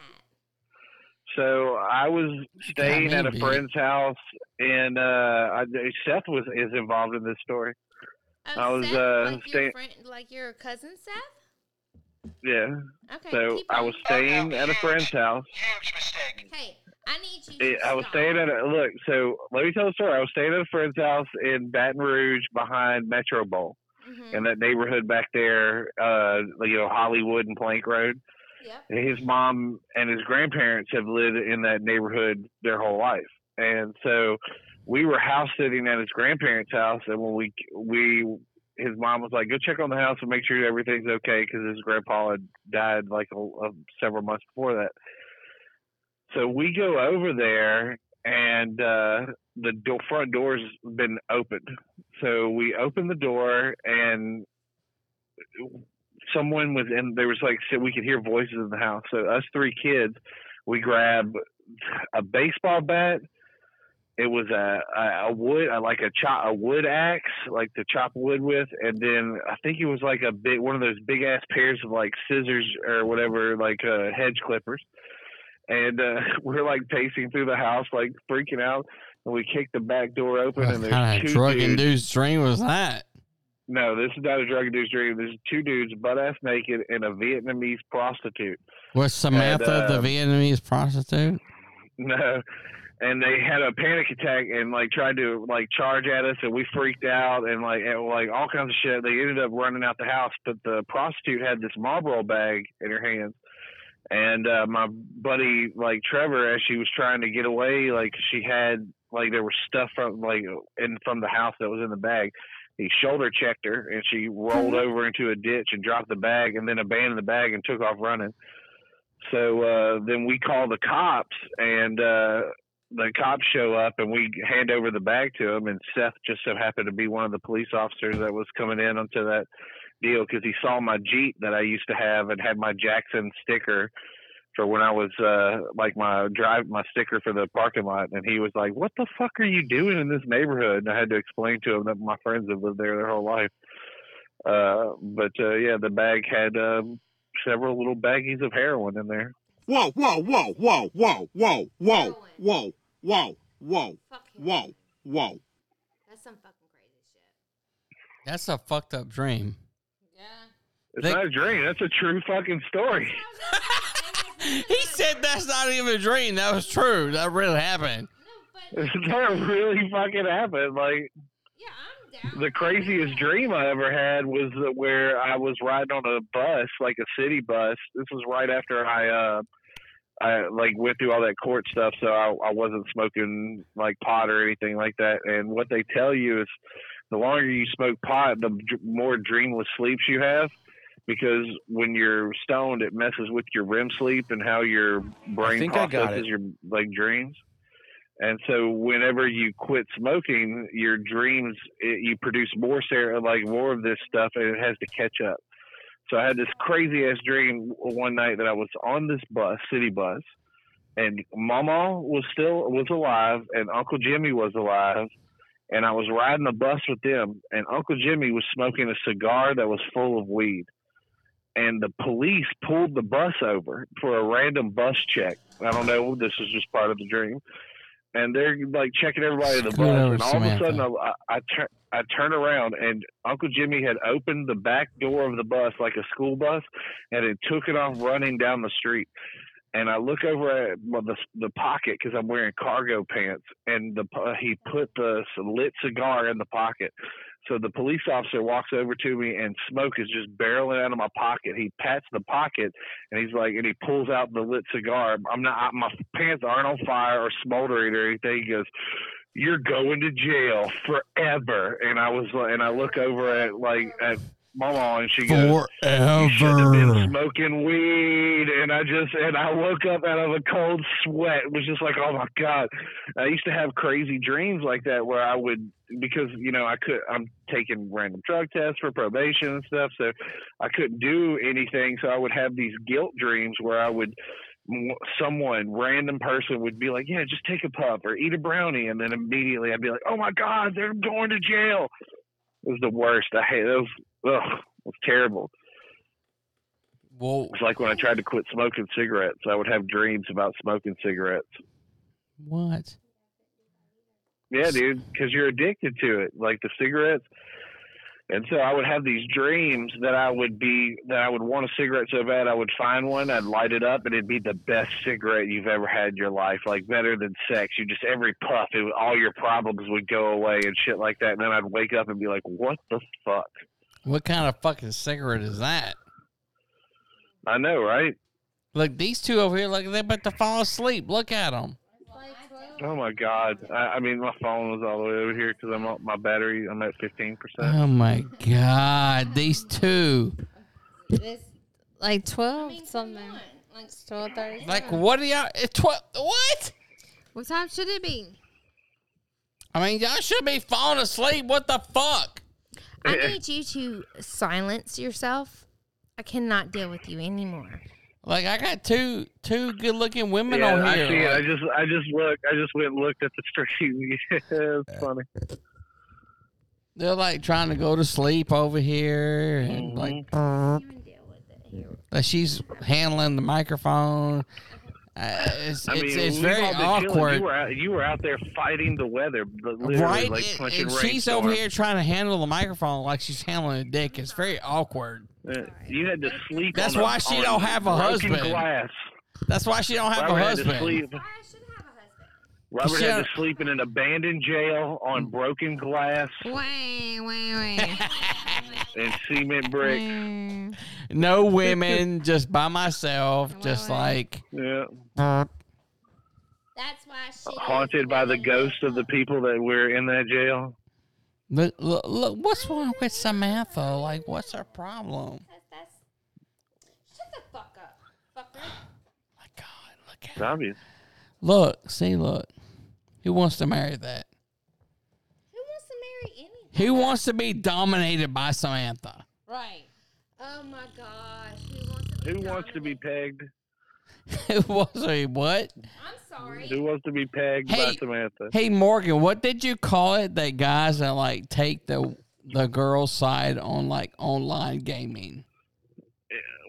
Speaker 5: So I was staying
Speaker 4: Yeah,
Speaker 5: at a
Speaker 4: maybe.
Speaker 5: friend's house, and uh, I, Seth was is involved in this story. I was,
Speaker 3: Oh, Seth,
Speaker 5: uh,
Speaker 3: like your
Speaker 5: staying-
Speaker 3: friend, like your cousin Seth.
Speaker 5: Yeah.
Speaker 3: Okay.
Speaker 5: So
Speaker 3: keep
Speaker 5: I
Speaker 3: going.
Speaker 5: was staying at a friend's house.
Speaker 7: Huge mistake.
Speaker 3: Hey, I need you.
Speaker 5: It,
Speaker 3: to
Speaker 5: I was
Speaker 3: stop.
Speaker 5: staying at a look. So let me tell the story. I was staying at a friend's house in Baton Rouge behind Metro Bowl
Speaker 3: Mhm.
Speaker 5: in that neighborhood back there, uh, you know, Hollywood and Plank Road.
Speaker 3: Yep.
Speaker 5: his mom and his grandparents have lived in that neighborhood their whole life, and so we were house sitting at his grandparents' house. And when we we his mom was like, "Go check on the house and make sure everything's okay," because his grandpa had died like a, a, several months before that. So we go over there, and uh, the do- front door's been opened. So we opened the door, and someone was in there was like so we could hear voices in the house so us three kids we grab a baseball bat it was a a, a wood a, like a chop a wood axe like to chop wood with and then i think it was like a big one of those big ass pairs of like scissors or whatever like uh hedge clippers and uh we're like pacing through the house like freaking out and we kick the back door open
Speaker 4: What
Speaker 5: and
Speaker 4: kind
Speaker 5: there's
Speaker 4: of
Speaker 5: two
Speaker 4: drug
Speaker 5: dudes
Speaker 4: induced dream was that?
Speaker 5: no, this is not a drug induced dream. There's two dudes butt ass naked and a Vietnamese prostitute.
Speaker 4: Was Samantha
Speaker 5: um,
Speaker 4: the Vietnamese prostitute?
Speaker 5: No. And they had a panic attack and like tried to like charge at us and we freaked out and like and, like all kinds of shit. They ended up running out the house, but the prostitute had this Marlboro bag in her hands. And uh, my buddy like Trevor, as she was trying to get away, like she had like there was stuff from like in from the house that was in the bag. He shoulder checked her and she rolled over into a ditch and dropped the bag and then abandoned the bag and took off running. So uh, then we call the cops, and uh, the cops show up, and we hand over the bag to them. And Seth just so happened to be one of the police officers that was coming in onto that deal because he saw my Jeep that I used to have and had my Jackson sticker for when I was uh, like my drive my sticker for the parking lot. And he was like, "What the fuck are you doing in this neighborhood?" And I had to explain to him that my friends have lived there their whole life. Uh, but uh, yeah, the bag had um, several little baggies of heroin in there.
Speaker 1: Whoa, whoa, whoa, whoa, whoa, whoa, whoa, whoa, whoa, whoa, whoa, whoa.
Speaker 3: That's some fucking crazy shit.
Speaker 4: That's a fucked up dream.
Speaker 3: Yeah.
Speaker 5: It's
Speaker 4: They-
Speaker 5: not a dream. That's a true fucking story.
Speaker 4: He said that's not even a dream. That was true. That really happened.
Speaker 3: No, but
Speaker 5: that really fucking happened. Like
Speaker 3: yeah, I'm down.
Speaker 5: the craziest dream I ever had was the- where I was riding on a bus, like a city bus. This was right after I, uh, I like went through all that court stuff, so I, I wasn't smoking like pot or anything like that. And what they tell you is, the longer you smoke pot, the dr- more dreamless sleeps you have. Because when you're stoned, it messes with your REM sleep and how your brain
Speaker 9: think I got
Speaker 5: processes
Speaker 9: it.
Speaker 5: your like dreams. And so, whenever you quit smoking, your dreams it, you produce more ser- like more of this stuff, and it has to catch up. So I had this crazy ass dream one night that I was on this bus, city bus, and Mama was still was alive, and Uncle Jimmy was alive, and I was riding the bus with them, and Uncle Jimmy was smoking a cigar that was full of weed, and the police pulled the bus over for a random bus check. I don't know. This is just part of the dream. And they're like checking everybody in the
Speaker 4: Screw
Speaker 5: bus,
Speaker 4: over
Speaker 5: and all
Speaker 4: Samantha.
Speaker 5: of a sudden, I, I, I turn I turn around, and Uncle Jimmy had opened the back door of the bus like a school bus, and it took it off running down the street. And I look over at my- the, the pocket because I'm wearing cargo pants, and the po- he put the c- lit cigar in the pocket. So the police officer walks over to me, and smoke is just barreling out of my pocket. He pats the pocket, and he's like, and he pulls out the lit cigar. I'm not, I, my pants aren't on fire or smoldering or anything. He goes, you're going to jail forever. And I was like, and I look over at like at Mama, and she goes, you should have been
Speaker 9: Forever.
Speaker 5: smoking weed, and I just and I woke up out of a cold sweat. It was just like, oh my god! I used to have crazy dreams like that where I would because you know I could I'm taking random drug tests for probation and stuff, so I couldn't do anything. So I would have these guilt dreams where I would someone random person would be like, yeah, just take a puff or eat a brownie, and then immediately I'd be like, oh my god, they're going to jail. It was the worst. I hate those. Ugh, it was terrible.
Speaker 4: Well,
Speaker 5: It's like when I tried to quit smoking cigarettes. I would have dreams about smoking cigarettes.
Speaker 4: what?
Speaker 5: Yeah, dude, because you're addicted to it, like the cigarettes. And so I would have these dreams that I would be that I would want a cigarette so bad. I would find one, I'd light it up, and it'd be the best cigarette you've ever had in your life, like better than sex. You just every puff, it, would- all your problems would go away and shit like that. And then I'd wake up and be like, "What the fuck?"
Speaker 4: What kind of fucking cigarette is that?
Speaker 5: I know, right?
Speaker 4: Look, these two over here, look, they're about to fall asleep. Look at them.
Speaker 5: Oh my god! I, I mean, my phone was all the way over here because I'm on- my battery. I'm at fifteen percent.
Speaker 4: Oh my God, these two.
Speaker 10: It's like 12 something.
Speaker 3: Come on. Like,
Speaker 10: It's 12:30.
Speaker 4: Like, what are y'all? It's tw- what?
Speaker 6: What time should it be?
Speaker 4: I mean, y'all should be falling asleep. What the fuck?
Speaker 3: I need you to silence yourself. I cannot deal with you anymore.
Speaker 4: Like, I got two two good looking women
Speaker 5: Yeah,
Speaker 4: on
Speaker 5: I see
Speaker 4: here.
Speaker 5: it. I
Speaker 4: Like,
Speaker 5: just, I just looked. I just went and looked at the stream. it's funny.
Speaker 4: they're like trying to go to sleep over here, and
Speaker 5: Mm-hmm.
Speaker 4: like, like she's handling the microphone. Uh, it's
Speaker 5: I
Speaker 4: it's,
Speaker 5: mean,
Speaker 4: it's
Speaker 5: we've
Speaker 4: very
Speaker 5: all been chilling.
Speaker 4: awkward.
Speaker 5: You were, out, you were out there fighting the weather, but literally
Speaker 4: right?
Speaker 5: like
Speaker 4: And-
Speaker 5: punching
Speaker 4: and she's
Speaker 5: rainstorms.
Speaker 4: over here trying to handle the microphone like she's handling a dick. It's very awkward.
Speaker 5: Uh, You had to sleep.
Speaker 4: That's
Speaker 5: on
Speaker 4: why
Speaker 5: a,
Speaker 4: she
Speaker 5: on
Speaker 4: don't have a
Speaker 5: broken
Speaker 4: husband.
Speaker 5: Glass.
Speaker 4: That's why she don't have
Speaker 5: Robert
Speaker 4: a
Speaker 5: had to
Speaker 4: husband.
Speaker 5: sleep. Robert
Speaker 4: She
Speaker 5: had
Speaker 4: had- Mm.
Speaker 5: to sleep in an abandoned jail on broken glass
Speaker 6: Wait, wait, wait.
Speaker 5: and cement bricks.
Speaker 4: No women, just by myself, just like
Speaker 5: Yeah.
Speaker 3: That's why she
Speaker 5: Haunted by the ghosts of the people that were in that jail.
Speaker 4: look, look, look, what's wrong with Samantha? Like, what's her problem?
Speaker 3: That's, shut the fuck up, fucker.
Speaker 4: My God, look
Speaker 5: It's
Speaker 4: at
Speaker 5: obvious.
Speaker 4: look, see, look. Who wants to marry that?
Speaker 3: Who wants to marry any?
Speaker 4: Who wants to be dominated by Samantha?
Speaker 10: Right.
Speaker 3: Oh my gosh, who wants to be?
Speaker 5: Who wants to be
Speaker 3: dominant?
Speaker 5: pegged?
Speaker 4: Who wants to be what?
Speaker 3: I'm sorry.
Speaker 5: Who wants to be pegged by
Speaker 4: Hey.
Speaker 5: Samantha?
Speaker 4: Hey Morgan, what did you call it that guys that like take the the girl side on like online gaming?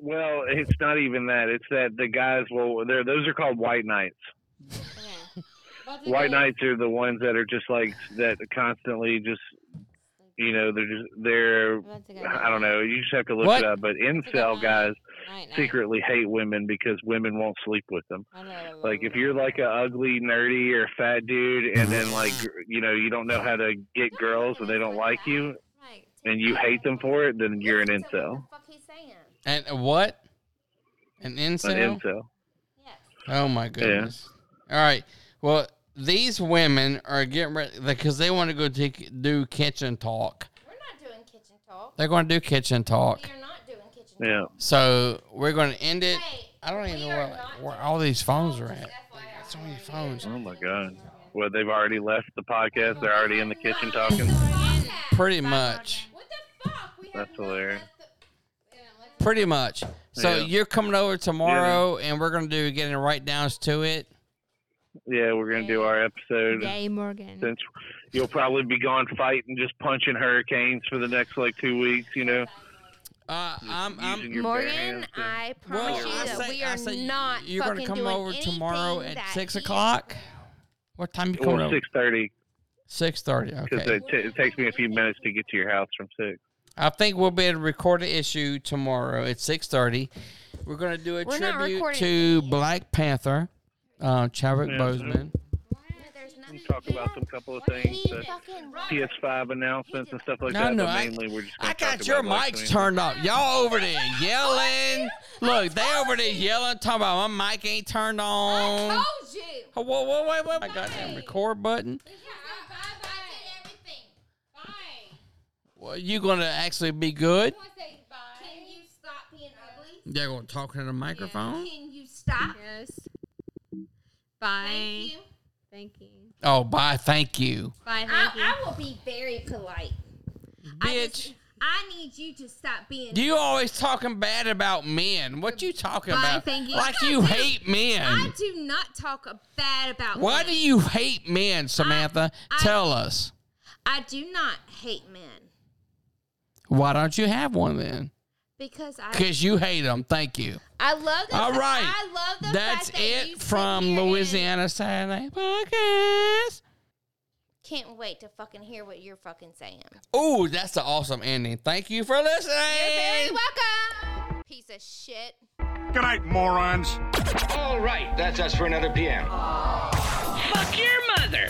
Speaker 5: Well, it's not even that. It's that the guys will. They're those are called white knights.
Speaker 6: Mm-hmm.
Speaker 5: White knights are the ones that are just like that constantly just. You know, they're just they're. I don't know. You just have to look
Speaker 4: What?
Speaker 5: it up. But incel guys secretly hate women because women won't sleep with them. Like if you're like a ugly, nerdy, or fat dude, and then like you know you don't know how to get girls and they don't like you,
Speaker 3: Right.
Speaker 5: and you hate them for it, then you're an incel.
Speaker 3: What the fuck he's saying?
Speaker 4: And a what? An
Speaker 5: An
Speaker 4: incel?
Speaker 5: incel.
Speaker 4: Oh my goodness! All right. Well, these women are getting ready because they want to go take, do kitchen talk.
Speaker 3: We're not doing kitchen talk.
Speaker 4: They're going to do kitchen talk.
Speaker 3: We are not doing kitchen talk.
Speaker 5: Yeah.
Speaker 4: So we're going to end it.
Speaker 3: Hey,
Speaker 4: I don't even
Speaker 3: we
Speaker 4: know where,
Speaker 3: are not
Speaker 4: where all these phones are at.
Speaker 3: FYI.
Speaker 4: So many phones.
Speaker 5: Oh my god. Well, they've already left the podcast. They're already in the kitchen talking.
Speaker 4: Pretty much.
Speaker 3: What the fuck? We have
Speaker 5: That's
Speaker 3: no
Speaker 5: hilarious.
Speaker 4: Pretty much. So
Speaker 5: Yeah.
Speaker 4: you're coming over tomorrow, and we're going to do getting right downs to it.
Speaker 5: Yeah, we're gonna do our episode.
Speaker 10: Yay, Morgan.
Speaker 5: Since you'll probably be gone fighting, just punching hurricanes for the next like two weeks. You know.
Speaker 4: Uh, I'm,
Speaker 5: Using
Speaker 4: I'm
Speaker 5: your bare
Speaker 3: Morgan,
Speaker 5: hands to-
Speaker 3: I
Speaker 4: well,
Speaker 3: promise you
Speaker 4: I
Speaker 3: that
Speaker 4: say-
Speaker 3: we
Speaker 4: I
Speaker 3: are
Speaker 4: say
Speaker 3: not.
Speaker 4: You're gonna
Speaker 3: fucking
Speaker 4: come
Speaker 3: doing
Speaker 4: over tomorrow
Speaker 3: anything
Speaker 4: at
Speaker 3: that
Speaker 4: six
Speaker 3: he-
Speaker 4: o'clock. What time you coming
Speaker 5: Well,
Speaker 4: over?
Speaker 5: six thirty
Speaker 4: Six thirty.
Speaker 5: because
Speaker 4: Okay.
Speaker 5: it, t- it takes me a few minutes to get to your house from six.
Speaker 4: I think we'll be able to record an issue tomorrow at six thirty. We're gonna do a
Speaker 3: We're not
Speaker 4: tribute
Speaker 3: recording
Speaker 4: to Black Panther, uh, Chadwick
Speaker 5: Yeah.
Speaker 4: Boseman.
Speaker 3: There's
Speaker 5: We
Speaker 3: nothing.
Speaker 5: talked about some couple of things,
Speaker 3: He
Speaker 5: the
Speaker 3: fucking
Speaker 5: PS5 announcements and stuff like
Speaker 4: No,
Speaker 5: that.
Speaker 4: no,
Speaker 5: but
Speaker 4: I-
Speaker 5: mainly we're just. gonna
Speaker 4: I got
Speaker 5: talk
Speaker 4: your
Speaker 5: about what's
Speaker 4: mics
Speaker 5: going-
Speaker 4: turned off. Y'all over there yelling. Look, they over there yelling, talking about my mic ain't turned on.
Speaker 3: told you.
Speaker 4: Oh, whoa, whoa, wait, wait, my goddamn record button.
Speaker 3: Yeah, I-
Speaker 4: well, you going to actually be good?
Speaker 3: Can you stop being ugly?
Speaker 4: They're going to talk to the microphone.
Speaker 3: Can you stop?
Speaker 10: Yes.
Speaker 6: Bye.
Speaker 3: Thank you.
Speaker 10: Thank you.
Speaker 4: Oh, bye. Thank you,
Speaker 10: Bye. Thank you.
Speaker 3: I, I will be very polite. I
Speaker 4: bitch.
Speaker 3: just- I need you to stop being.
Speaker 4: You always talking bad about men. What you talking
Speaker 6: Bye,
Speaker 4: about?
Speaker 6: thank you.
Speaker 4: Like you hate
Speaker 3: I
Speaker 4: men.
Speaker 3: do not talk bad about.
Speaker 4: Why
Speaker 3: men.
Speaker 4: do you hate men, Samantha?
Speaker 3: I-
Speaker 4: Tell us.
Speaker 3: I do not hate men
Speaker 4: Why don't you have one then?
Speaker 3: because I.
Speaker 4: Because you hate them. Thank you.
Speaker 3: I love. The
Speaker 4: All right.
Speaker 3: I love the
Speaker 4: That's
Speaker 3: fact that you
Speaker 4: it
Speaker 3: sit
Speaker 4: from
Speaker 3: here and-
Speaker 4: Louisiana Saturday Night Podcast.
Speaker 3: Can't wait to fucking hear what you're fucking saying.
Speaker 4: Ooh, that's an awesome ending. Thank you for listening.
Speaker 3: You're very welcome. Piece of shit.
Speaker 1: Good night, morons.
Speaker 9: All right, that's us for another PM. Fuck your mother.